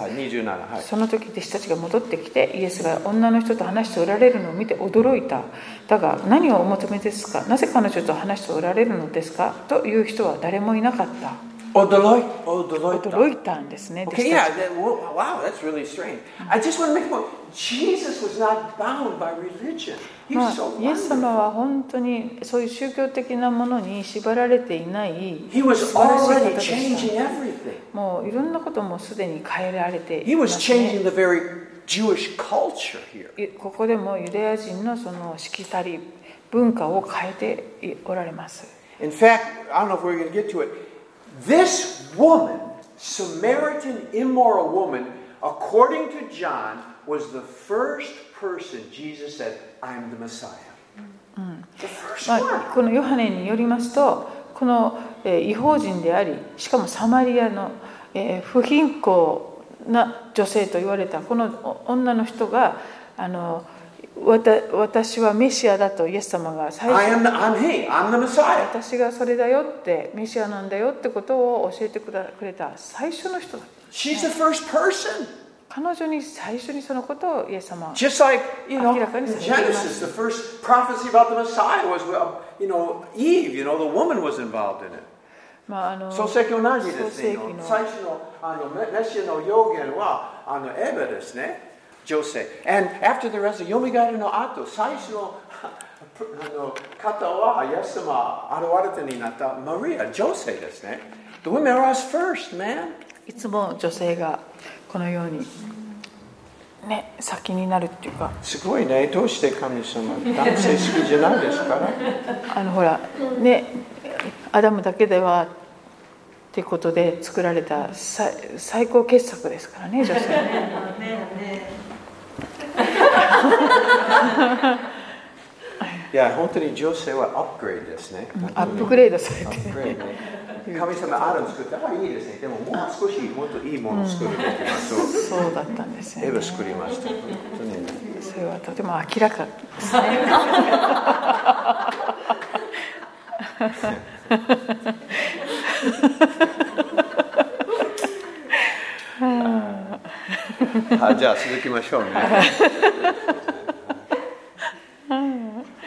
はい。 27節その時弟子たちが戻ってきてイエスが女の人と話しておられるのを見て驚いただが何をお求めですかなぜ彼女と話しておられるのですかという人は誰もいなかった驚い-驚いた。驚いたんですね弟 Okay, 子た yeah, ち that- wo- wow, that's really strange. I just want to make a point. Jesus was not bound by religion. He's まあ so イエス wonderful. 様は本当にそういう宗教的なものに縛られていない He 素 was 晴らしい方 already でし changing た everything. もういろんなこともすでに変えられて He いま was す、ね changing the very Jewish culture here. いここでもユダヤ人のそのしきたり文化を変えていおられます In fact, I don't know if we're going to get to it. This woman, Samaritan immoral woman, according to John, was the first person Jesus said, I'm the Messiah. The first ま one. あ、このヨハネによりますとこの、えー違法人でありしかもサマリアの、えー不貧困な女性と言われたこのお女の人があのわた私はメシアだとイエス様が最 I 初 am the, I'm he, I'm the Messiah. 私がそれだよってメシアなんだよってことを教えてくだくれた最初の人だ She's the first person. 彼女に最初にそのことをイエス様は Just like, you know, in 明らかにされています。 Genesis, the first prophecy about the Messiah was, well, you know, Eve, you know, the woman was involved in it. まああの創世記同じで創すね世紀の最初のあのメメシアの予言はあのエベですね女性 and after the rest よみがえりの後最初の あの方はイエス様現れてになったマリア女性ですね The women are us first, man. いつも女性がこのようにね先になるっていうかすごいね。どうして神様男性好きじゃないです から。あのほらねアダムだけではっていうことで作られた最最高傑作ですからね女性いや、本当に女性はアップグレードですね。アップグレードされアてップグレードね神様アダム作ったらいいですね。でももう少しもっといいものを作るべきだと。そうだったんです絵ねを作りました。本当にそれはとても明らかですあじゃあ続きましょうね。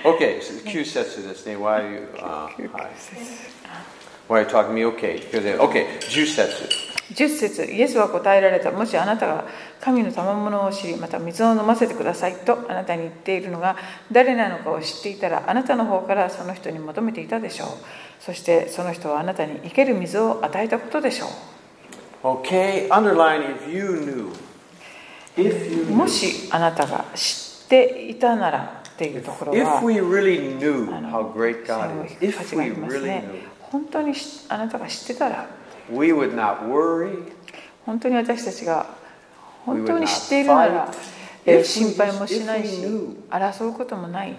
OK、9節ですね。Why are you, あはい Why are you talking to me? OK、OK、10節。 10節イエスは答えられたもしあなたが神の賜物を知りまた水を飲ませてくださいとあなたに言っているのが誰なのかを知っていたらあなたの方からその人に求めていたでしょうそしてその人はあなたに生ける水を与えたことでしょ OK、underline if you knew。If you う knew もしあなたが知っていたならっていうところ If は we really knew あの how great 線を God 引 is, く価 if 値があ we ります really ね knew, 本当にしあなたが知ってたら we would not worry. 本当に私たちが本当に We would not 知っているな fight. ら If we 心配もしない if し we knew. 争うこともない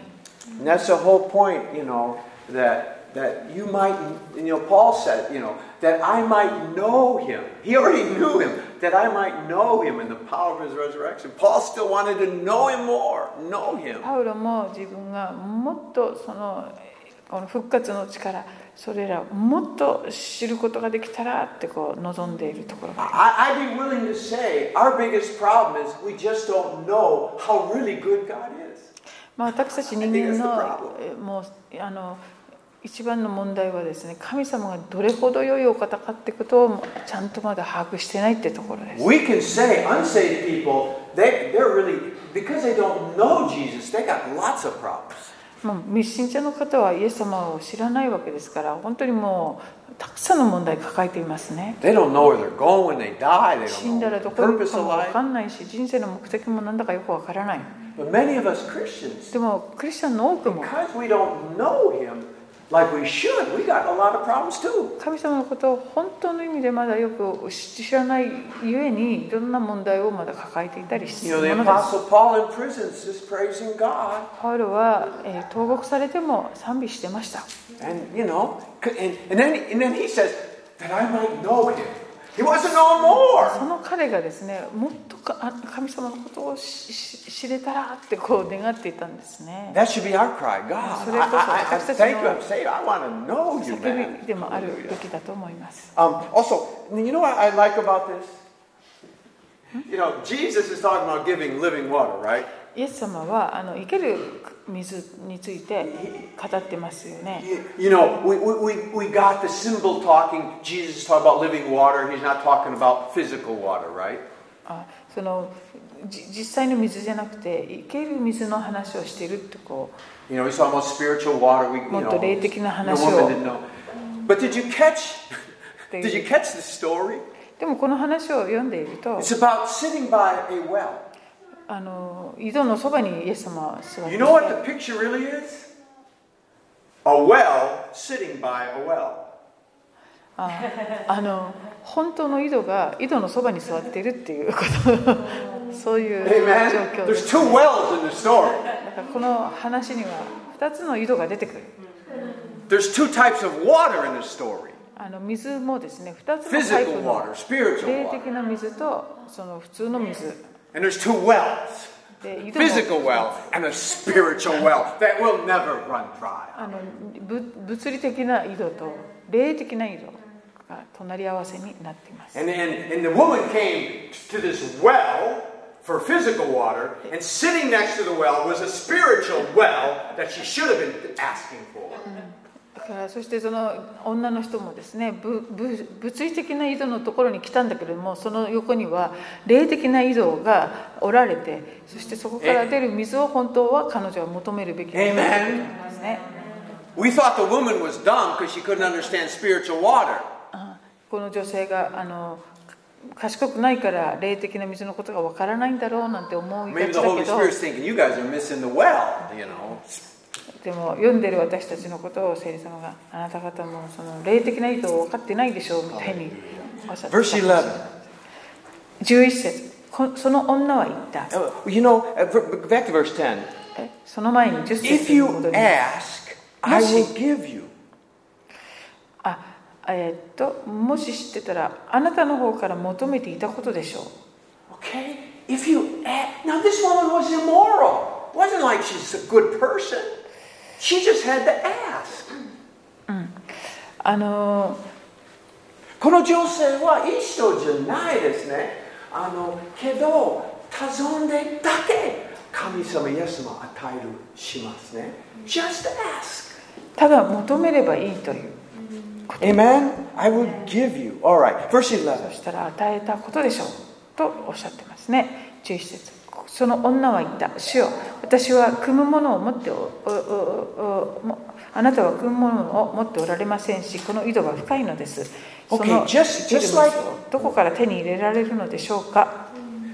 And that's the whole point, you know, that that you might, you know, Paul said, you know, that I might know him. He already knew him. That I might know him in the power of his resurrection. Paul still wanted to know him more, know him. パウロも自分がもっとそのこの復活の力それらをもっと知ることができたらってこう望んでいるところがあります I, I'd be willing to say our biggest problem is we just don't know how really good God is. まあ、私たち人間のえもうあの一番の問題はですね神様がどれほど良いお方かってことをちゃんとまだ把握してないってところです We can say unsaved people, they, they're really, because they don't know Jesus, they got lots of problems. まあ密信者の方はイエス様を知らないわけですから本当にもうたくさんの問題抱えていますね They don't know where they're going when they die. They 死 don't んだ know らど the こに行く purpose か of も分か life. んないし人生の目的もなんだかよく分からない But many of us Christians, でもクリスチャンの多くも because we don't know Him like we should, we got a lot of problems too. 神様のことを本当の意味でまだよく知らないゆえにいろんな問題をまだ抱えていたりす You る know, もので the す Apostle Paul in prison is just praising God. パウロは、えー投獄されても賛美してました And, you know, c- and, and, then, and then he says, that I might know Him. He wants to know more. その彼がですねもっとかあ神様のことをしし知れたらってこう願っていたんですね That should be our cry. God, I, I, I, I thank you. I'm saved. I want to know you, 叫 man. びでもあるべきだと思います Um, also, you know what I like about this? You know, Jesus is talking about giving living water, right? イエス様はあの生ける水について語ってますよね You, you know, we, we, we- we got the symbol talking. Jesus is talking about living water. He's not talking about physical water, right? あそのじ実際の水じゃなくて生ける水の話をしてるってこう You know, he's talking about spiritual water. We, you know, もっと霊的な話を。 the woman didn't know. But did you catch? Did you catch the story? でもこの話を読んでいると It's about sitting by a well. あの井戸のそばにイエス様は座って You い know what て the picture really is? A well sitting by a well. あの本当の井戸が井戸のそばに座っているっていうこと そういう状 Amen. 況で There's す two wells in the story. だからこの話には2つの井戸が出てくる There's two types of water in the story あの水もですね2つのタイプ physical の water, spiritual 霊 water. 的な水とその普通の水 And there's two wells で井戸も physical well and a spiritual well that will never run dry. あのぶ物理的な井戸と霊的な井戸が隣り合わせになっています And, and, and the woman came to this well for physical water, and sitting next to the well was a spiritual well that she should have been asking for. だからそしてその女の人もですねぶぶ物理的な井戸のところに来たんだけれどもその横には霊的な井戸がおられてそしてそこから出る水を本当は彼女は求めるべきだということなんですね We thought the woman was dumb because she couldn't understand spiritual water. あこの女性があの賢くないから霊的な水のことがわからないんだろうなんて思いが Maybe ち the だけ Holy ど Spirit's thinking, you guys are missing the well, you know. でも読んでる私たちのことを聖霊様があなた方もその霊的な井戸を分かってないでしょうみたいにおっしゃってた Verse 11. 11節こその女は言った。 Uh, You know, uh, ver- back to verse 10. えその前に10 If 節に you 戻ります ask, I will give you. あえーっともし知ってたらあなたの方から求めていたことでしょう Okay? If you ask. Now, this woman was immoral. It wasn't like she's a good person. She just had to ask. あのーこの女性はいい人じゃないですね。あの、けど、頼んでだけ神様イエスも与えるしますね。Just ask. ただ求めればいいという Amen. I will give you. All right. Verse 11. そしたら与えたことでしょうとおっしゃってますね11節その女は言った主よ私は汲むものを持っておおおおもあなたは汲むものを持っておられませんしこの井戸が深いのですそ Okay, の just- 生きる just like- 水をどこから手に入れられるのでしょうか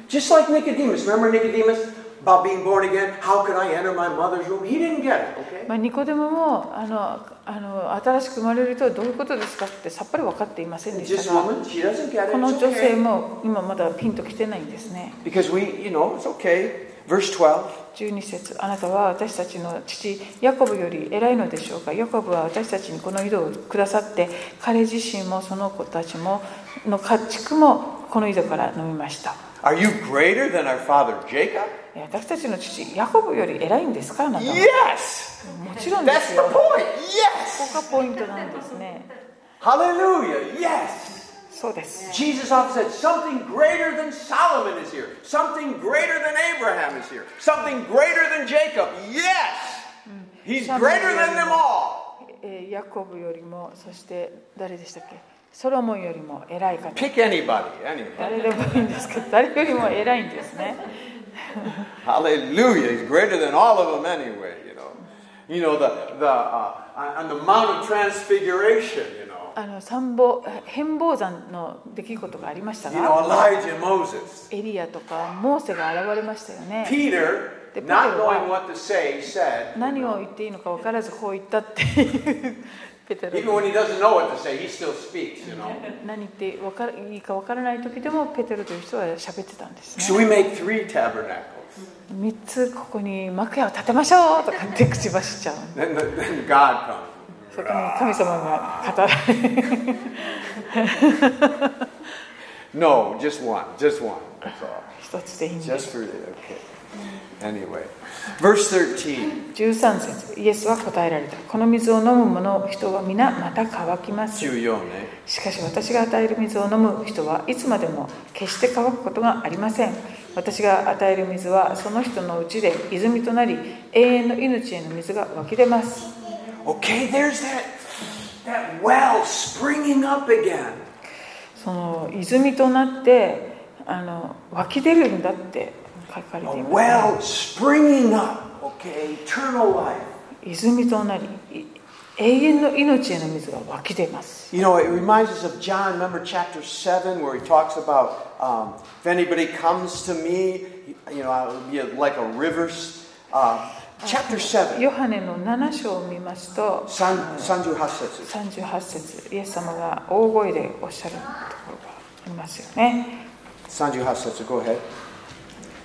Just like Nicodemus. Remember Nicodemus? about being born again. How could I enter my mother's room? He didn't get it, okay? まあ、ニコデモもあのあの新しく生まれるとどういうことですかってさっぱり分かっていませんで And し This たが woman, she doesn't get it. この It's 女性 okay. も今まだピンときてないんですね Because we, you know, it's okay. Verse 12. 12節あなたは私たちの父ヤコブより偉いのでしょうかヤコブは私たちにこの井戸をくださって彼自身もその子たちもの家畜もこの井戸から飲みました Are you greater than our father Jacob? いや私たちの父ヤコブより偉いんですかあなたは Yes! もちろんで That's す the よ point! こ Yes! こがポイントなんですね Hallelujah! Yes! そうです Jesus often said, something greater than Solomon is here. Something greater than Abraham is here. Something greater than Jacob. Yes! He's Something greater than greater. them all. えーヤコブよりもそして誰でしたっけソロモンよりも偉い方 Pick anybody, anybody. 誰でもいいんですけど誰よりも偉いんですね Hallelujah. He's greater than all of them anyway, you know. You know, the, the, uh, on the Mount of Transfiguration, you know. あの参謀変貌山の出来事がありました You know, が Elijah and Moses. エリアとかモーセが現れましたよね Peter, The not Peter, knowing wow. what to say, said, 何を言っていいのか分からずこう言ったっていう ペテ even ロ when he doesn't know what to say, he still speaks, you know. 何言ってわからいいか分からない時でもペテロという人は喋ってたんですね So we make three tabernacles. 3つここに幕屋を建てましょうとかって口走っちゃう Then, then God comes. そこに神様が語られ No, just one, just one. That's all. 一つでいいんです Just for okay. Anyway, verse thirteen. 13節イエスは答えられたこの水を飲む者人は皆また乾きますしかし私が与える水を飲む人はいつまでも決して乾くことがありません私が与える水はその人のうちで泉となり永遠の命への水が湧き出ます Okay, there's that that well springing up again. その泉となってあの湧き出るんだって書かれ A ています、ね、 well springing up. Okay, eternal life. 泉となりい永遠の命への水が湧き出ます You know, it reminds us of John, remember chapter 7, where he talks about um, if anybody comes to me, you know, I will be like a river. s- Uh, chapter 7, ヨハネの7章を見ますと san- 38節. 38節イエス様が大声でおっしゃるところがありますよね38節 go ahead.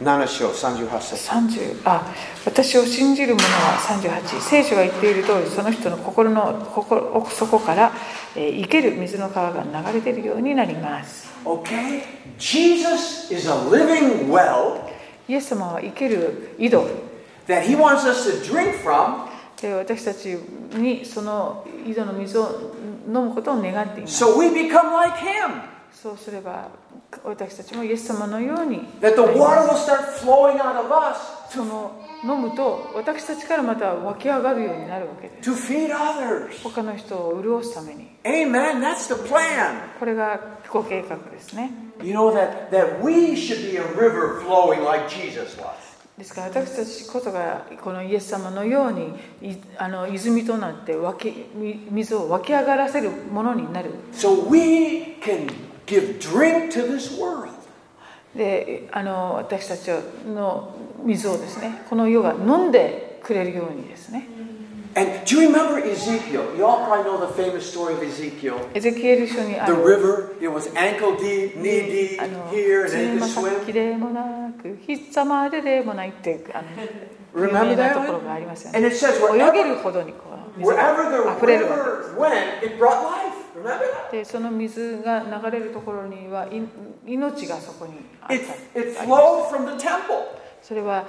7章38節。 30あ私を信じる者は38聖書が言っている通りその人の心の心奥底から、えー生ける水の川が流れているようになります Okay, Jesus is a living well イエス様は生ける井戸 that he wants us to drink from で私たちにその井戸の水を飲むことを願っています so we become like him. そうすれば私たちもイエス様のように That the water will start flowing out of us その飲むと私たちからまた湧き上がるようになるわけです to feed others. 他の人を潤すために Amen, that's the plan. これがご計画ですね You know that, that we should be a river flowing like Jesus was. ですから私たちこそがこのイエス様のようにいあの泉となって湧きみ水を湧き上がらせるものになる So we can give drink to this world. であの私たちの水をですねこの世が飲んでくれるようにですね And do you remember Ezekiel? You all probably know the famous story of Ezekiel. エゼキエル書にあ The る river, it was ankle deep, knee deep, あの here, and つ then ま you could 先 swim. でもなく、ひっさまででもないって、あの、有 Remember 名な that ところがありますよ one? ね And。it says, 泳げる wherever, ほどにこう、水 wherever が the 溢れるわけで river went, it brought life. Remember that? す。で、その水が流れるところには、い命がそこにあっ It, た。 it flowed from the temple. それは、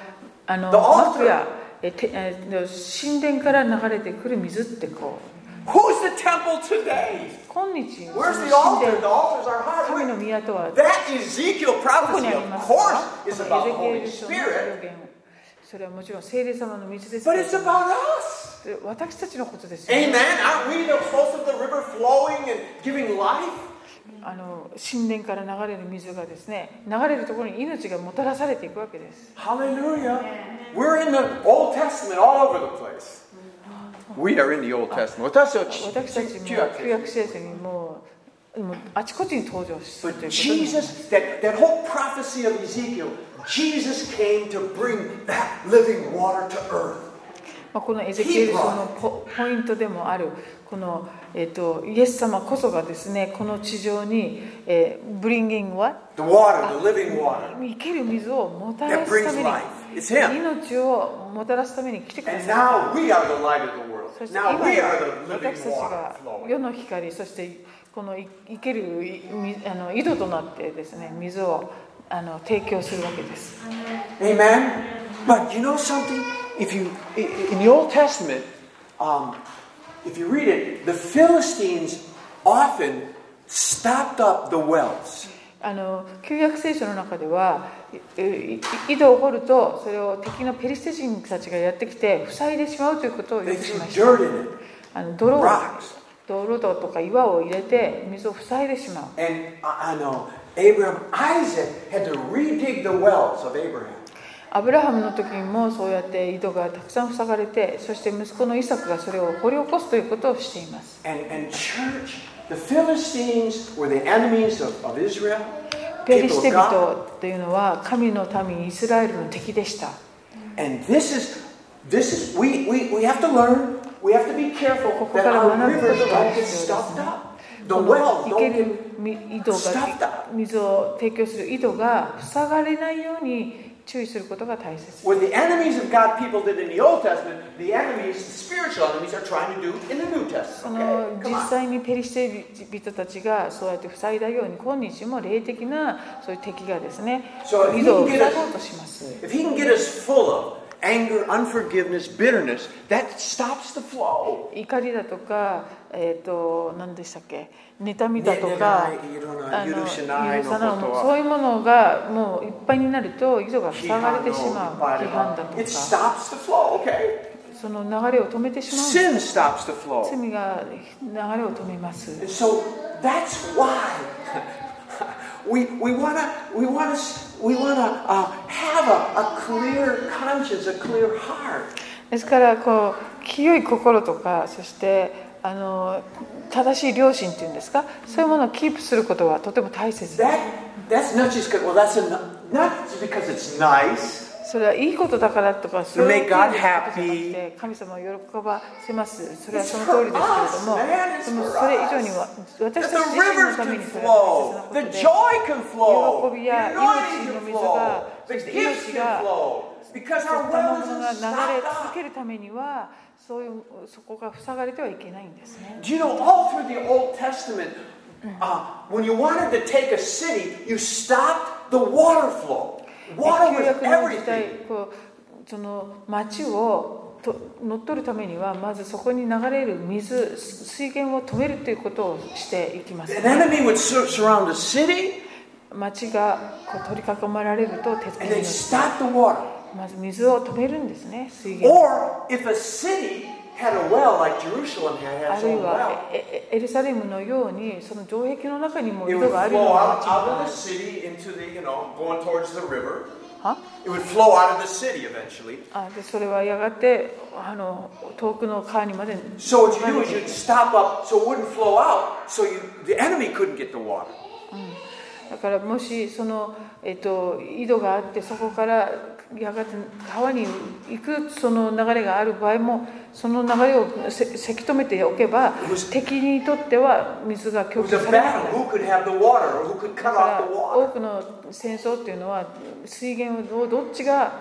あの、 The altar. 幕や、えてえー神殿から流れてくる水ってこう、 Who's the temple today? 今日、その Where's the 神 altar? 殿、The altar's our heart. 神 We're- の宮とは That Ezekiel どこ prophecy, にあり of ますか course, is こ about のエ the Holy ゼキエル書の予 Spirit, 言それはもちろん聖霊様の水です but ら it's about us. で私たちのことですよね Amen. Aren't we the source of the river flowing and giving life? あの神殿から流れる水がですね流れるところに命がもたらされていくわけです Hallelujah. We're in the Old Testament all over the place. We are in the Old Testament. 私たち-私たちも旧約聖書にもうもうあちこちに登場するという But ことになります Jesus, that, that whole prophecy of Ezekiel, Jesus came to bring that living water to earth. まあ、このエゼキエル書のポポイントでもあるこの、えっとイエス様こそがですねこの地上に、えー、ブリンギングは The water, the living water. 生ける水をもたら that す brings ため life. に It's Him. 命をもたらすために来てくだ And さい now we are the light of the world. そして今 Now we are the 私たち living water が flowing. 世の光そしてこの生けるいみあの井戸となってですね水をあの提供するわけです Amen. But you know something? If you i- in the Old Testament, um, if you read it, the Philistines often stopped up the wells. あの旧約聖書の中ではいい井戸を掘るとそれを敵のペリシテ人たちがやってきて塞いでしまうということを言 They ってし threw ました dirt in it. あの泥を Rocks 泥とか岩を入れて水を塞いでしまう And I I know Abraham, Isaac had to redig the wells of Abraham. アブラハムの時にもそうやって井戸がたくさん塞がれてそして息子のイサクがそれを掘り起こすということをしています And, and church, the Philistines were the enemies of, of Israel. ペリシ people テ of God. 人というのは神の民イスラエルの敵でした And this is, this is, we, we, we have to learn, we have to be careful that ここから our 学ぶことが rivers don't get 必要ですね。 stuffed up. The この wells 生け don't る get, 井戸 Stuff が that. 水を提供する井戸が塞がれないように注意することが大切 what the enemies of God people did in the Old Testament, the enemies, the spiritual enemies, are trying to do in the New そ Testament. の Okay? Come 実 on. 際にペリシテ人たちがそうやって塞いだように今日も霊的なそういう敵がですね So if he 井戸を can get 塞 us- ごうとします If he can get us full of anger, unforgiveness, bitterness, that stops the flow. 怒りだとか、えっと何でしたっけ妬みだとかあの許さないもうそねねねね許しないのことは。ういうものがもういっぱいになると井戸が塞がれてしまう批判だと批判のいっぱいあれば。It か stops the flow, okay? その流れを止めてしまうんです Sin stops the flow. 罪が流れを止めます And so that's why we, we wanna we wanna we wanna uh, have a, a clear conscience, a clear heart. ですからこう清い心とかそしてあの正しい良心っていうんですかそういうものをキープすることはとても大切です That that's not just 'cause- well that's a, not just because it's nice. それはいいことだからとかそういう make ことじゃ God なくて神様を喜ばせますそれはその通りですけれどもで It's for us, man. It's も for それ以上には that 私たち the 自身の rivers ため can にそれは大切なこ flow, the とで joy can flow, the 喜びや anointing 命の水 can flow, が the そして gifts 命 can が flow, そう because い our ったものが流 well isn't れ続 stopped up. けるためにはそういうそこが塞がれてはいけないんですね Do you know all through the Old Testament, uh, when you wanted to take a city, you stopped the water flow. で旧 Water was 約の時代 everything. こうその町をと乗っ取るためにはまずそこに流れる水水源を止めるということをしていきます An enemy would sur- surround a city, 町がこう取り囲まれると鉄 and they 壁の stopped the water. まず水を止めるんですね水源 Or if a city had a well, like Jerusalem had, had あ its るい own well. はええエルサレムのようにその城壁の中にも It 井 would 戸があるよう flow な out, 町 out があ of る the city into the, you know, going towards the river. は It would flow out of the city eventually. あでそれはやがてあの遠くの川にまで So what you do is you'd stop up so it wouldn't flow out, so you, the enemy couldn't get the water. だからもしその、えっと、井戸があってそこからやがて川に行くその流れがある場合もその流れをせせき止めておけば敵にとっては水が It 供 was 給さ a れなくな battle る。 who could have the water or who だ could cut から off the 多 water. くの戦争っていうのは水源をどっちが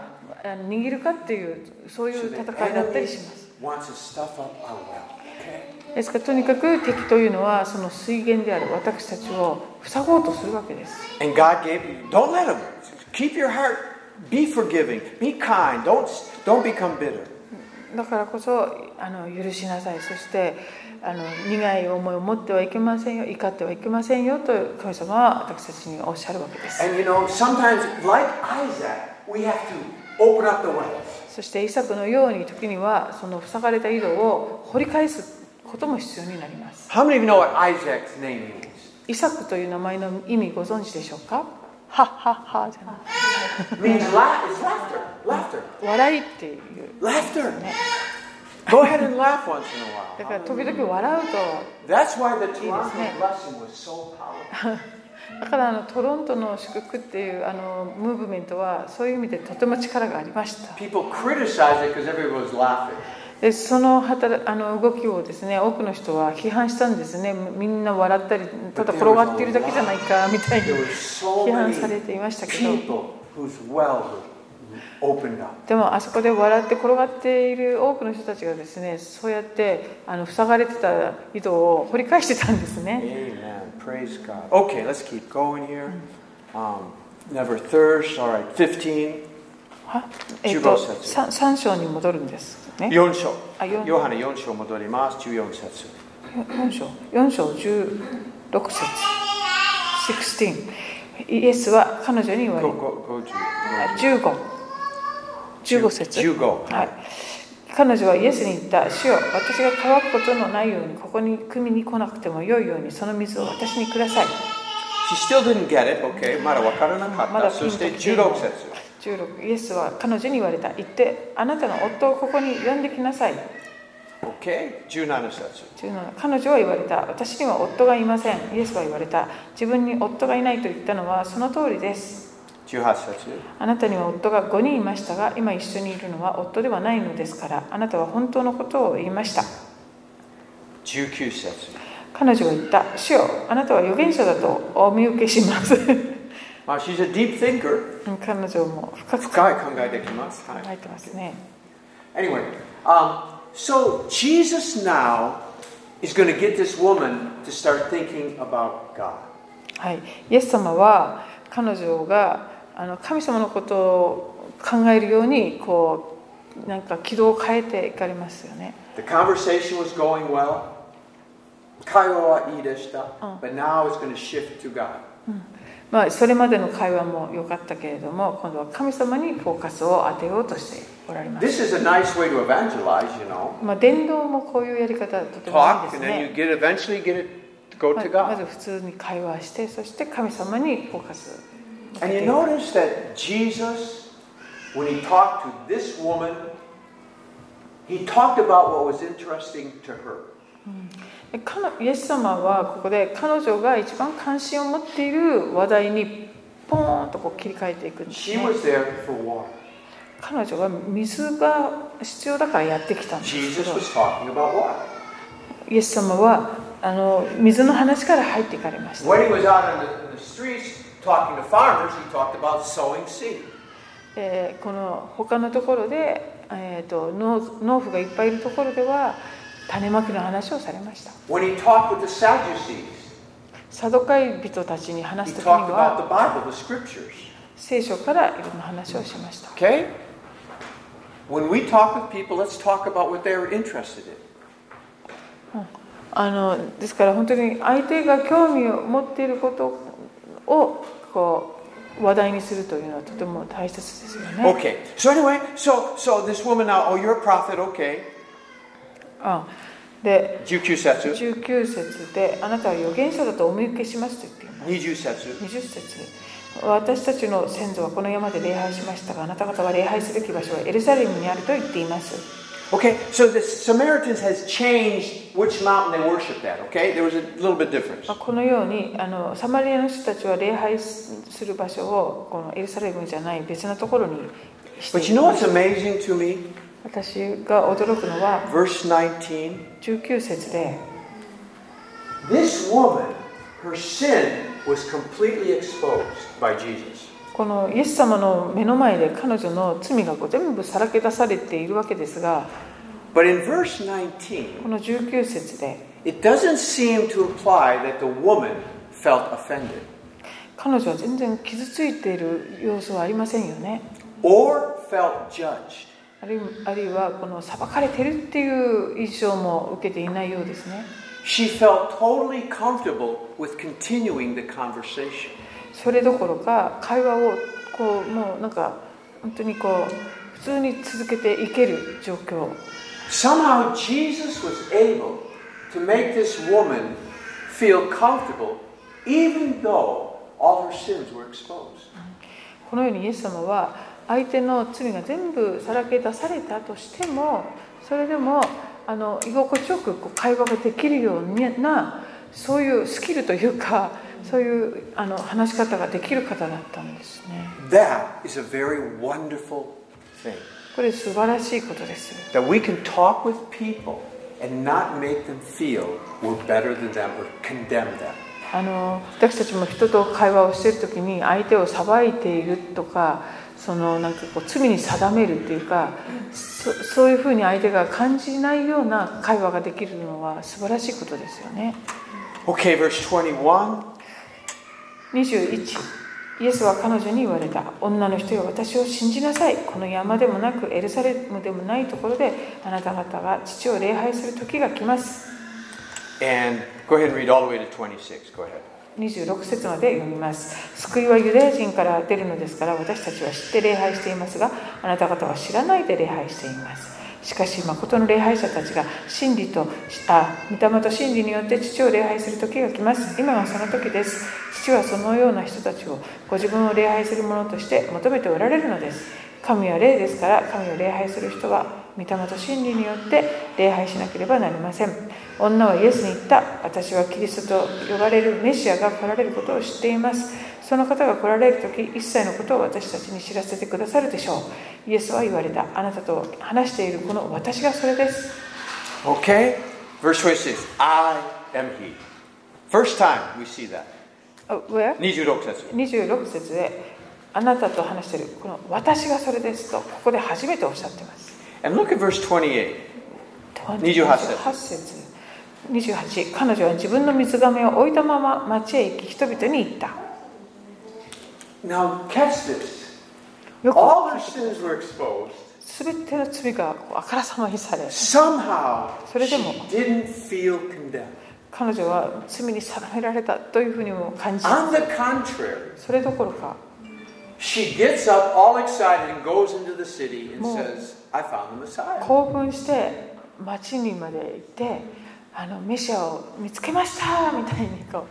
あの握るかっていうそういう戦 So the いだったり enemy します。 wants to stuff up our well. Okay. ですからとにかく敵というのはその水源である私たちを塞ごうとするわけです。 And God gave you. Don't let him. Keep your heart. Be forgiving. Be kind. Don't don't become bitter. だからこそあの許しなさいそしてあの苦い思いを持ってはいけませんよ怒ってはいけませんよと神様は私たちにおっしゃるわけです And you know, sometimes, like Isaac, we have to open up the wells. そしてイサクのように時にはその塞がれた井戸を掘り返すことも必要になります How many of you know what Isaac's name means? イサクという名前の意味ご存知でしょうかはっはっはじゃない It means la- it's laughter. Laughter. 笑いっていう Laughter. Go ahead and laugh once in a while. だから時 Hallelujah. 々笑うと That's why the Toronto isn't it? blessing was so powerful. だからあのトロントの祝福っていうあのムーブメントはそういう意味でとても力がありました People criticized it because everyone was laughing. でその働あの動きをですね多くの人は批判したんですねみんな笑ったりただ転がっているだけじゃないかみたいに There were so 批判 many されていましたけど people whose wells were opened up. でもあそこで笑って転がっている多くの人たちがですねそうやってあの塞がれてた井戸を掘り返してたんですね Amen. Praise God. Okay, let's keep going here. Um, never thirst. All right, 15. はえっ15と節 3, 三章に戻るんですね4章。あ4ヨハネ4章戻ります。14節。 4章4章16節16イエスは彼女に言われご-ご-ごじゅう。あ15 15節15はい、彼女はイエスに言った「主よ私が乾くことのないようにここに汲みに来なくてもよいようにその水を私にください」 She still didn't get it. まだピン Okay, ときてない。まだわからなかった。そして16節。 16イエスは彼女に言われた「言ってあなたの夫をここに呼んできなさい」 Okay, 17節。 17彼女は言われた「私には夫がいません」イエスは言われた「自分に夫がいないと言ったのはその通りです」 18節。あなたには夫が5人いましたが今一緒にいるのは夫ではないのですからあなたは本当のことを言いました19節。彼女は言った主よあなたは預言者だとお見受けしますまあ、she's a deep thinker. 彼女も深く考深い考えできます。はい。えてますね Anyway, um, so Jesus now is going to get this woman to start thinking about God. はいイエス様は彼女があの神様のことを考えるようにこうなんか軌道を変えていかれますよね The conversation was going well. 会話はいいでした。But now it's going to shift to God. まあそれまでの会話も良かったけれども今度は神様にフォーカスを当てようとしておられます This is a nice way to evangelize, you know. まあ伝道もこういうやり方とてもいい Talk, です and then you ね get eventually get it to go ま to ま God. ず普通に会話してそして神様にフォーカスを当て And てい you く notice that Jesus, when he talked to this woman, he talked about what was interesting to her. 彼イエス様はここで彼女が一番関心を持っている話題にポーンとこう切り替えていくんです、 She ね、 was there for water. 彼女が水が必要だからやってきたんですけ Jesus ど was talking about water. イエス様はあの水の話から入っていかれました When he was out in the, in the streets talking to farmers, he talked about sowing seed. えーこの他のところで、えー、と農農夫がいっぱいいるところでは種まきの話をされました When he talked with the Sadducees, サドカイ人たちに話 he す時に talked about は the Bible, the scriptures. 聖書からいろんな話をしました Okay? When we talk with people, let's talk about what they're interested in. あのですから本当に相手が興味を持っていることをこう話題にするというのはとても大切ですよね。 Okay. So anyway, so so this woman now, oh, you're a prophet, okay. あで19節、 19節で「あなたは預言者だとお見受けします」と言っていま20節、す。20節私たちの先祖はこの山で礼拝しましたがあなた方は礼拝すべき場所はエルサレムにあると言っています。 Okay, so the Samaritans has changed which mountain they worshiped at, okay? There was a little bit difference. まあこのようにあのサマリアの人たちは礼拝する場所をこのエルサレムじゃない別のところにしてい But you know ま what's す。 amazing to me? 私が驚くのは Verse 19. 19節で This woman, her sin was completely exposed by Jesus. このイエス様の目の前で彼女の罪がこう全部さらけ出されているわけですが But in verse 19, この19節で it doesn't seem to imply that the woman felt offended 彼女は全然傷ついている様子はありませんよね or felt judged. あるいあるいはこの裁かれてるっていう印象も受けていないようですね She felt totally comfortable with continuing the conversation. それどころか会話をこうもうなんか本当にこう普通に続けていける状況 Somehow Jesus was able to make this woman feel comfortable even though all her sins were exposed. このようにイエス様は相手の罪が全部さらけ出されたとしてもそれでもあの居心地よくこう会話ができるようなそういうスキルというかそういうあの話し方ができる方だったんですね That is a very wonderful thing. これ素晴らしいことです That we can talk with people and not make them feel we're better than them or condemn them. あの私たちも人と会話をしている時に相手を裁いているとかそのなんかこう罪に定めるっていうかそそういうふうに相手が感じないような会話ができるのは素晴らしいことですよね Okay, verse 21. 21イエスは彼女に言われた女の人よ私を信じなさいこの山でもなくエルサレムでもないところであなた方が父を礼拝する時が来ます And go ahead and read all the way to 26. Go ahead. 26節まで読みます救いはユダヤ人から出るのですから私たちは知って礼拝していますがあなた方は知らないで礼拝していますしかし誠の礼拝者たちが真理とあ御霊と真理によって父を礼拝する時が来ます今がその時です父はそのような人たちをご自分を礼拝する者として求めておられるのです神は霊ですから神を礼拝する人は御霊と真理によって礼拝しなければなりません女はイエスに言った私はキリストと呼ばれるメシアが来られることを知っていますその方が来られる時一切のことを私たちに知らせてくださるでしょうイエスは言われたあなたと話しているこの私がそれです Okay? Verse 26. I am he. First time we see that. あ where? 26節。 26節であなたと話しているこの私がそれですとここで初めておっしゃってます And look at verse 28. 28節28彼女は自分の水がめを置いたまま町へ行き人々に言った Now, catch this. よ All their sins were exposed. く全ての罪がこうあからさまにされ Somehow, それでも。 she didn't feel condemned. 彼女は罪に定められたというふうにも感じ On the contrary, それどころか she gets up all excited and goes into the city and もう。 says, I found the Messiah. 興奮して町にまで行ってあのメシアを見つけましたみたいにこ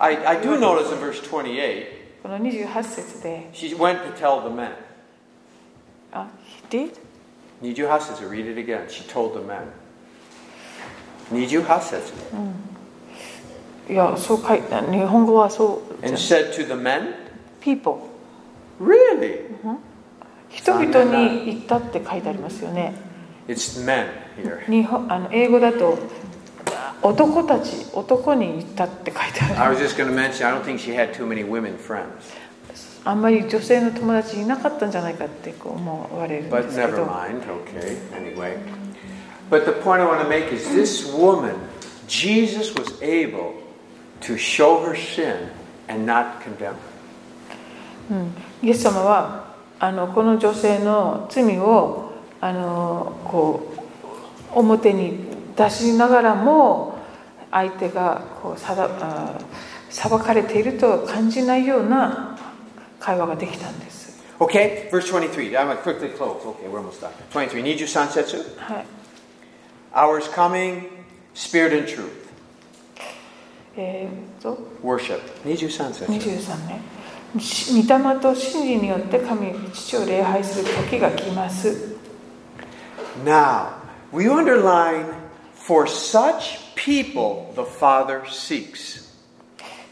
I, I do notice in verse 28, うこの28節で she went to tell the men. あ He did? 28節, read it again. She told the men. 28節.いやそう書いた日本語はそう And said to the men, people Really? 人々に言ったって書いてありますよね It's men here. 日本あの英語だと男たち男に言ったって書いてあ I る was just going to mention, I don't think she had too many women friends. あんまり女性の友達いなかったんじゃないかってこう思われるんで But すけ never ど mind, okay, anyway. But the point I want to make is this woman, Jesus was able to show her sin and not condemn her. イエス様はあのこの女性の罪をあのこう表に出しながらも相手がこうさだあ裁かれていると感じないような会話ができたんです。 Okay, verse 23. I'm going to quickly close. Okay, we're almost done. 23. Niju Sansetsu. はい Hours coming, spirit and truth. えーっと Worship. Niju Sansetsu. 23ねし御霊と真理によって神父を礼拝する時が来ます Now, we underline, for such people the Father seeks.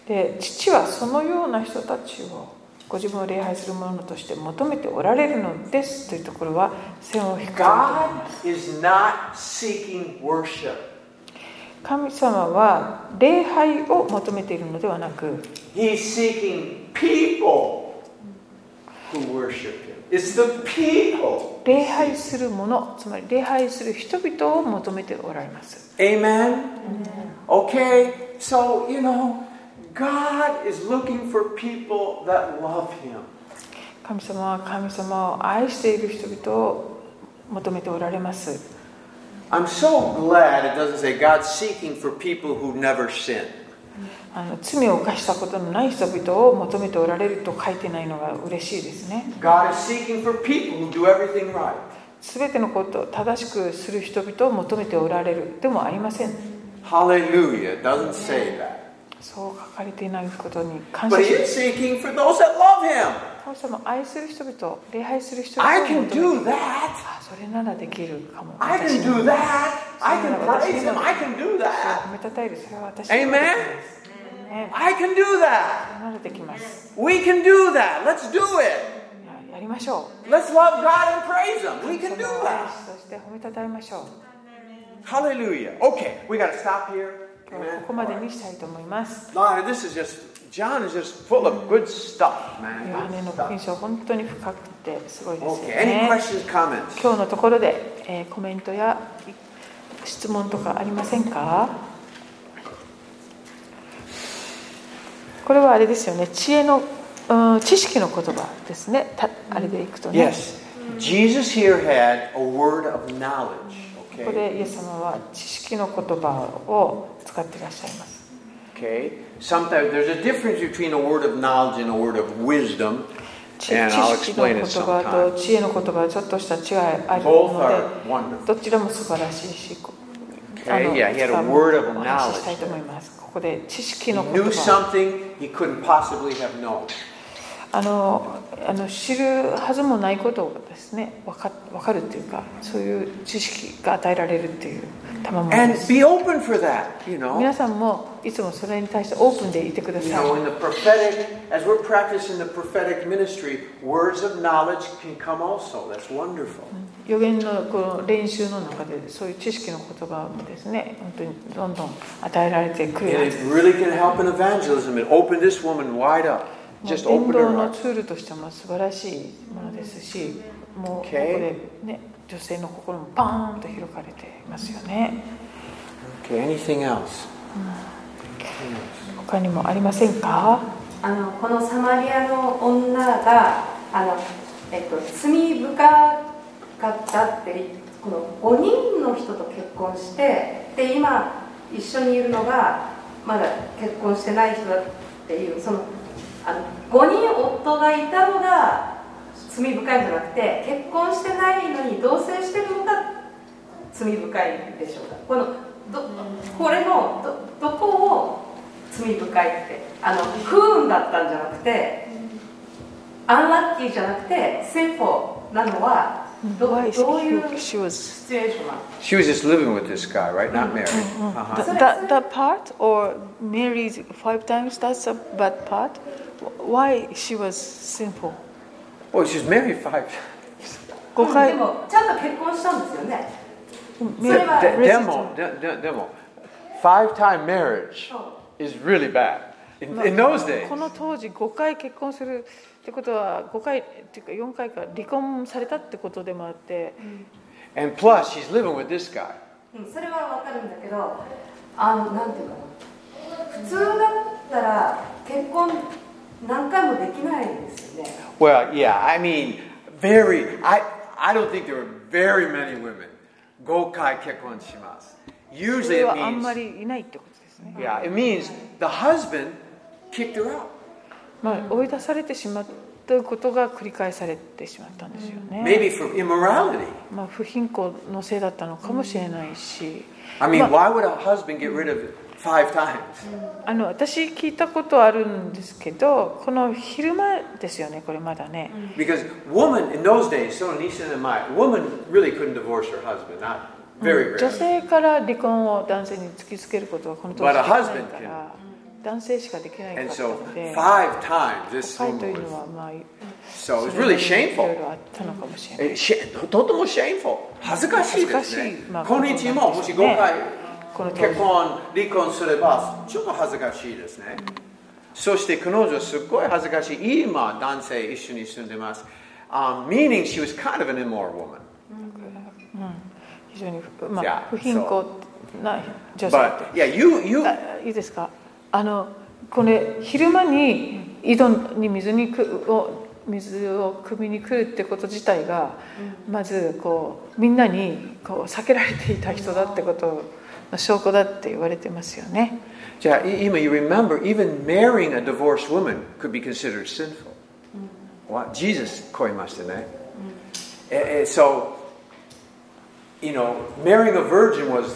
で父はそのような人たちをご自分を礼拝する者として求めておられるのですというところは線を引く God is not seeking worship. 神様は礼拝を求めているのではなく He's seeking people who worship him. It's the people. 礼拝する者つまり礼拝する人々を求めておられます Amen? Okay, so, you know, God is looking for people that love him. 神様は神様を愛している人々を求めておられます I'm so glad it doesn't say God's seeking for people who never sin. あの罪を犯したことのない人々を求めておられると書いてないのが嬉しいですね。 God is seeking for people who do everything right. すべてのことを正しくする人々を求めておられるでもありません。 Hallelujah. It doesn't say that. そう書かれていないことに感謝 But し he ま is す。 seeking for those that love him. 神様を愛する人々を礼拝する人々を I 求め can て do that. あそれならできるかも I 私 can にも do that. I can praise Him. I can do それを that. 褒めたたえるそれは私 Amen にもできますね I can do that. それならできます We can do that. Let's do it. ややりましょ Let's love God and praise Him. う We can 神 do 様を愛 that. しそして褒めたたえましょう Hallelujah. Okay, we got to stop here. 今日は Amen. ここまでにしたいと思います Lord, this is just, John is just full of good stuff, ヨハ man. ネ Good の福音 stuff. 書本当に深くてすごいですよ Okay, any ね questions, comments? 今日のところで、えーコメントやい質問とかありませんかこれはあれですよね知恵の、うん、知識の言葉ですねたあれでいくとね、 Yes. Jesus here had a word of knowledge. ここ Okay. でイエス様は知識の言葉を使っていらっしゃいます Okay. Sometimes there's a difference between a word of knowledge and a word of wisdom. 知知 And I'll 識の explain 言 it 葉 sometime. と知恵の言葉はちょっとした違いある Both の are で wonderful. どちらも素晴らしいしこあ Okay. の Yeah, he had いつか a も word of お話ししたい knowledge. と思いますここで知識 He の言 knew 葉 something he couldn't possibly have known. あのあの知るはずもないことをですね分か分かるっていうかそういう知識が与えられるっていう賜物で And す be open for that, you know. 皆さんもいつもそれに対してオープンでいてくだ You さい know, in the prophetic, as we're practicing the prophetic ministry, words of knowledge can come also. That's wonderful. 予言のこの練習の中でそういう知識の言葉もですね本当にどんどん与えられてく And るは it ず really can help in evangelism. It opened this woman wide up. もう Just 伝 opened her 道の heart. ツールとしても素晴らしいものですしもうここ Okay. でね女性の心もバーンと広がれていますよね Okay, anything else? 他にもありませんかあのこのサマリアの女があの、えっと、罪深かったってこの5人の人と結婚してで今一緒にいるのがまだ結婚してない人だっていうそのあの5人夫がいたのが罪深いんじゃなくて結婚してないのに同棲してるのが罪深いでしょうかこのどこれのどどこを罪深いってあの不運だったんじゃなくてアンラッキーじゃなくてセンフォなのはどどう Why いう is シ he- she was チュエーションなの She was just living with this guy, right? Not married. the, Uh-huh. that, that part or Mary's five times that's a bad part why she was sinful Well, she's married five 5で回もちゃんと結婚したんですよね times. Right. Demo, de- de- demo. Five time marriage そう is really bad. In, in those こ days. の当時5回結婚するってことは5回っていうか4回か離婚されたってことでもあって、 And plus, she's living with this guy. うん、それはわかるんだけどあのなんていうかな普通だったら結婚何回もできないんですよね Well, yeah, I mean, very, I, I don't think there were very many women. Gokai kekkon shimasu. そ Usually れ it はあんま means, りいないってことですね、 yeah, it means the husband kicked her out. まあ、追い出されてしまったことが繰り返されてしまったんですよね、 Maybe for immorality. まあ、不貧困のせいだったのかもしれないし、 I mean, まあ why would a husband get rid of it five times? あの私聞いたことあるんですけどこの昼間ですよねこれまだね、 Because woman in those days, so Nisha and I, woman really couldn't divorce her husband. Not very 女 rarely. 性から離婚を男性に突きつけることはこの当時 But で a きない husband か can. ら男性しかできないか And った so ので five times this 会とい woman うの was. はまあ So it was それな really りにい shameful. ろいろあったのかもしれない Eh, sh- とても shameful 恥ずかしいです恥ねずかしいまあ。今日ももしことなんでしょう5ね回この当時結婚、離婚すればちょっと恥ずかしいですね。そして彼女すっごい恥ずかしい。今、男性一緒に住んでます。Um, meaning she was kind of an immoral woman. 非常に、まいあや、不貧困な女性 But yeah, you, you, あいいですかあのこれ昼間に井戸に水にくを水を汲みに来るってこと自体が、まずこうみんなにこう避けられていた人だってことの証拠だって言われてますよね yeah, Ima, e, you remember, even marrying a divorced woman could be considered sinful. What? Jesus 超えましたね。Eh, eh, So, you know, marrying a virgin was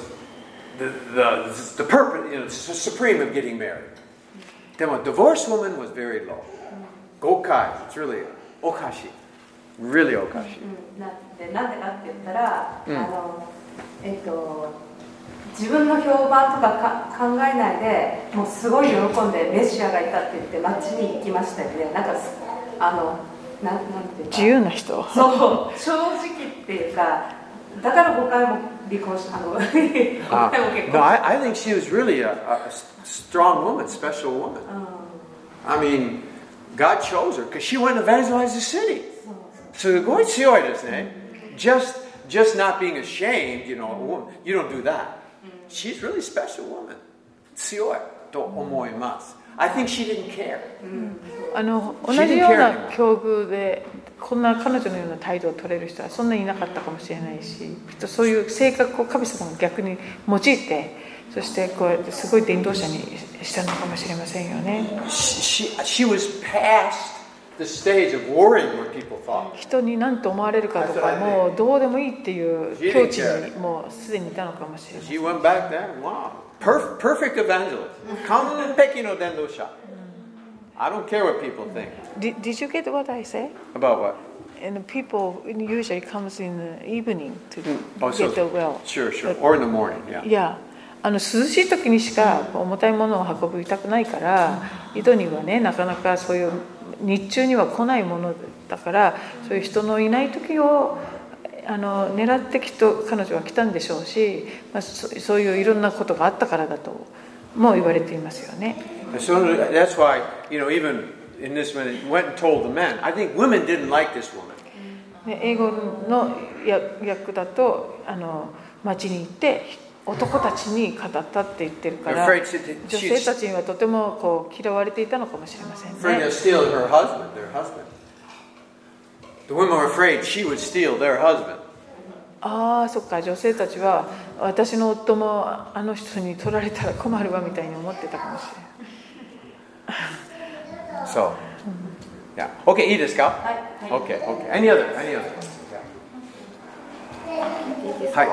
the, the, the purpose, you know, su- supreme of getting married. Then a divorced woman was very low. Gokai, it's really おかしい。really おかしい。 うん、なんでなんでかって言ったら、うんあのえっと自分の評判とかか考えないでもうすごい喜んでメシアがいたって言って街に行きましたよねなんかすあのなんなんていうか自由な人そう正直っていうかだから5回も離婚したあの5 Uh, 回も結 no, 婚 I, I think she was really a, a s- strong woman, special woman. うん I mean, God chose her because she went and evangelized the city. そうすごい強いですね。Just, eh? just not being ashamed, you know, a woman, you don't do that. She's really special woman. 強いと思います。I think she didn't care. あの同 She じ didn't よう care な anymore. 境遇でこんな彼女のような態度を取れる人はそんなにいなかったかもしれないしきっとそういう性格を神様が逆に用いてそしてこうやってすごい伝道者にしたのかもしれませんよね She, she, she was past the stage of worrying what people thought. 人に何と思われるかとかもうどうでもいいっていう境地にもうすでにいたのかもしれない She went back there, wow. Perf- perfect evangelist. Come pekino dendo sha. I don't care what people think. Did, did you get what I said? About what? And people usually comes in the evening to Oh, so- get the well Sure, sure. Or in the morning, yeah. いやあの涼しい時にしか重たいものを運びたくないから井戸にはねなかなかそういう日中には来ないものだからそういう人のいない時をあの狙ってきっと彼女は来たんでしょうし、まあ、そそういういろんなことがあったからだとも言われていますよね。 And so that's why, you know, even in this when it went and told the men, I think women didn't like this woman. で英語の訳訳だとあの町に行って男たちに語ったって言ってるから Afraid 女 she- she- 性たちにはとてもこう嫌われていたのかもしれません Afraid ね of stealing her husband, their husband. The women were afraid she would steal their husband. ああそっか女性たちは私の夫もあの人に取られたら困るわみたいに思ってたかもしれない So, yeah. Okay, eat this cow. はいはい Okay, okay. Any other? Any other? Yeah. いいですかはい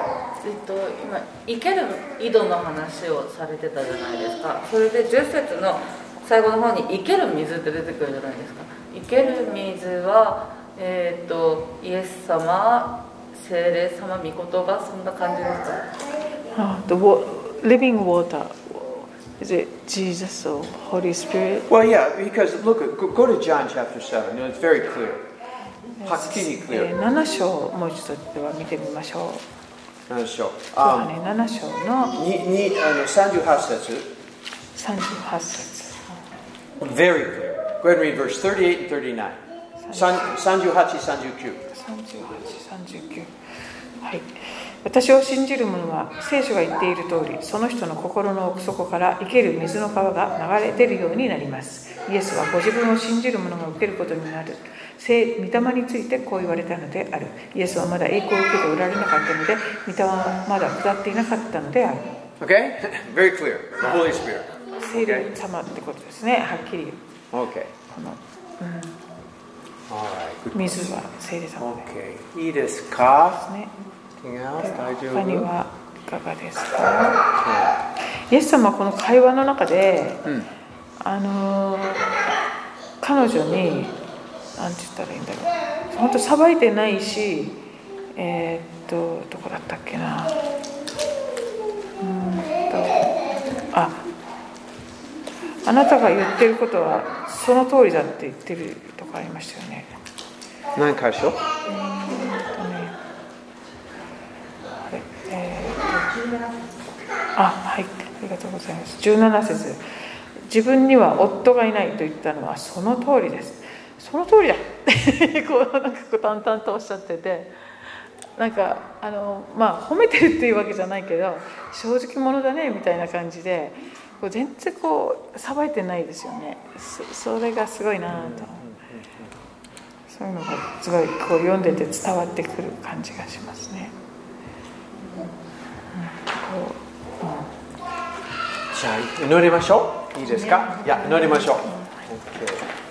えっと、今生ける井戸の話をされてたじゃないですかそれで10節の最後の方に「生ける水」って出てくるじゃないですか生ける水は、えっとイエス様精霊様御言葉そんな感じですか Ah, The wa- living water is it Jesus or Holy Spirit? Well, yeah, because look, at- go, go to John chapter 7. You know, it's very clear. はっきり clear. えー7章をもう一度では見てみましょう何でしょう。ヨハ Um, ネ7章の uh, に、に、あの、38節。 38節 Very clear. Go ahead and read verse 38 and 39. 38, 39. 3839はい私を信じる者は聖書が言っている通りその人の心の奥底から生ける水の川が流れ出るようになりますイエスはご自分を信じる者が受けることになる聖御霊についてこう言われたのであるイエスはまだ栄光を受けておられなかったので御霊はまだ下っていなかったのである Okay? Very clear. The Holy Spirit. 聖霊様ってことですねはっきり Okay. この All right. Good. 水は聖霊様で Okay. いいですかすね Anything else? 他に大丈夫はいかがですかイエス様はこの会話の中で、んあのー彼女に何て言ったらいいんだろう本当さばいてないしえーっとどこだったっけなうーんとああなたが言ってることはその通りだって言ってるとかありましたよね。何箇所はいえーとあはいありがとうございます17節自分には夫がいないと言ったのはその通りですその通りだ こうなんかこう淡々とおっしゃっててなんかあのまあ褒めてるっていうわけじゃないけど正直者だねみたいな感じでこう全然こうさばいてないですよねそそれがすごいなぁとそういうのがすごいこう読んでて伝わってくる感じがしますね。こううんじゃあ祈りましょういいですかいや祈りましょう OK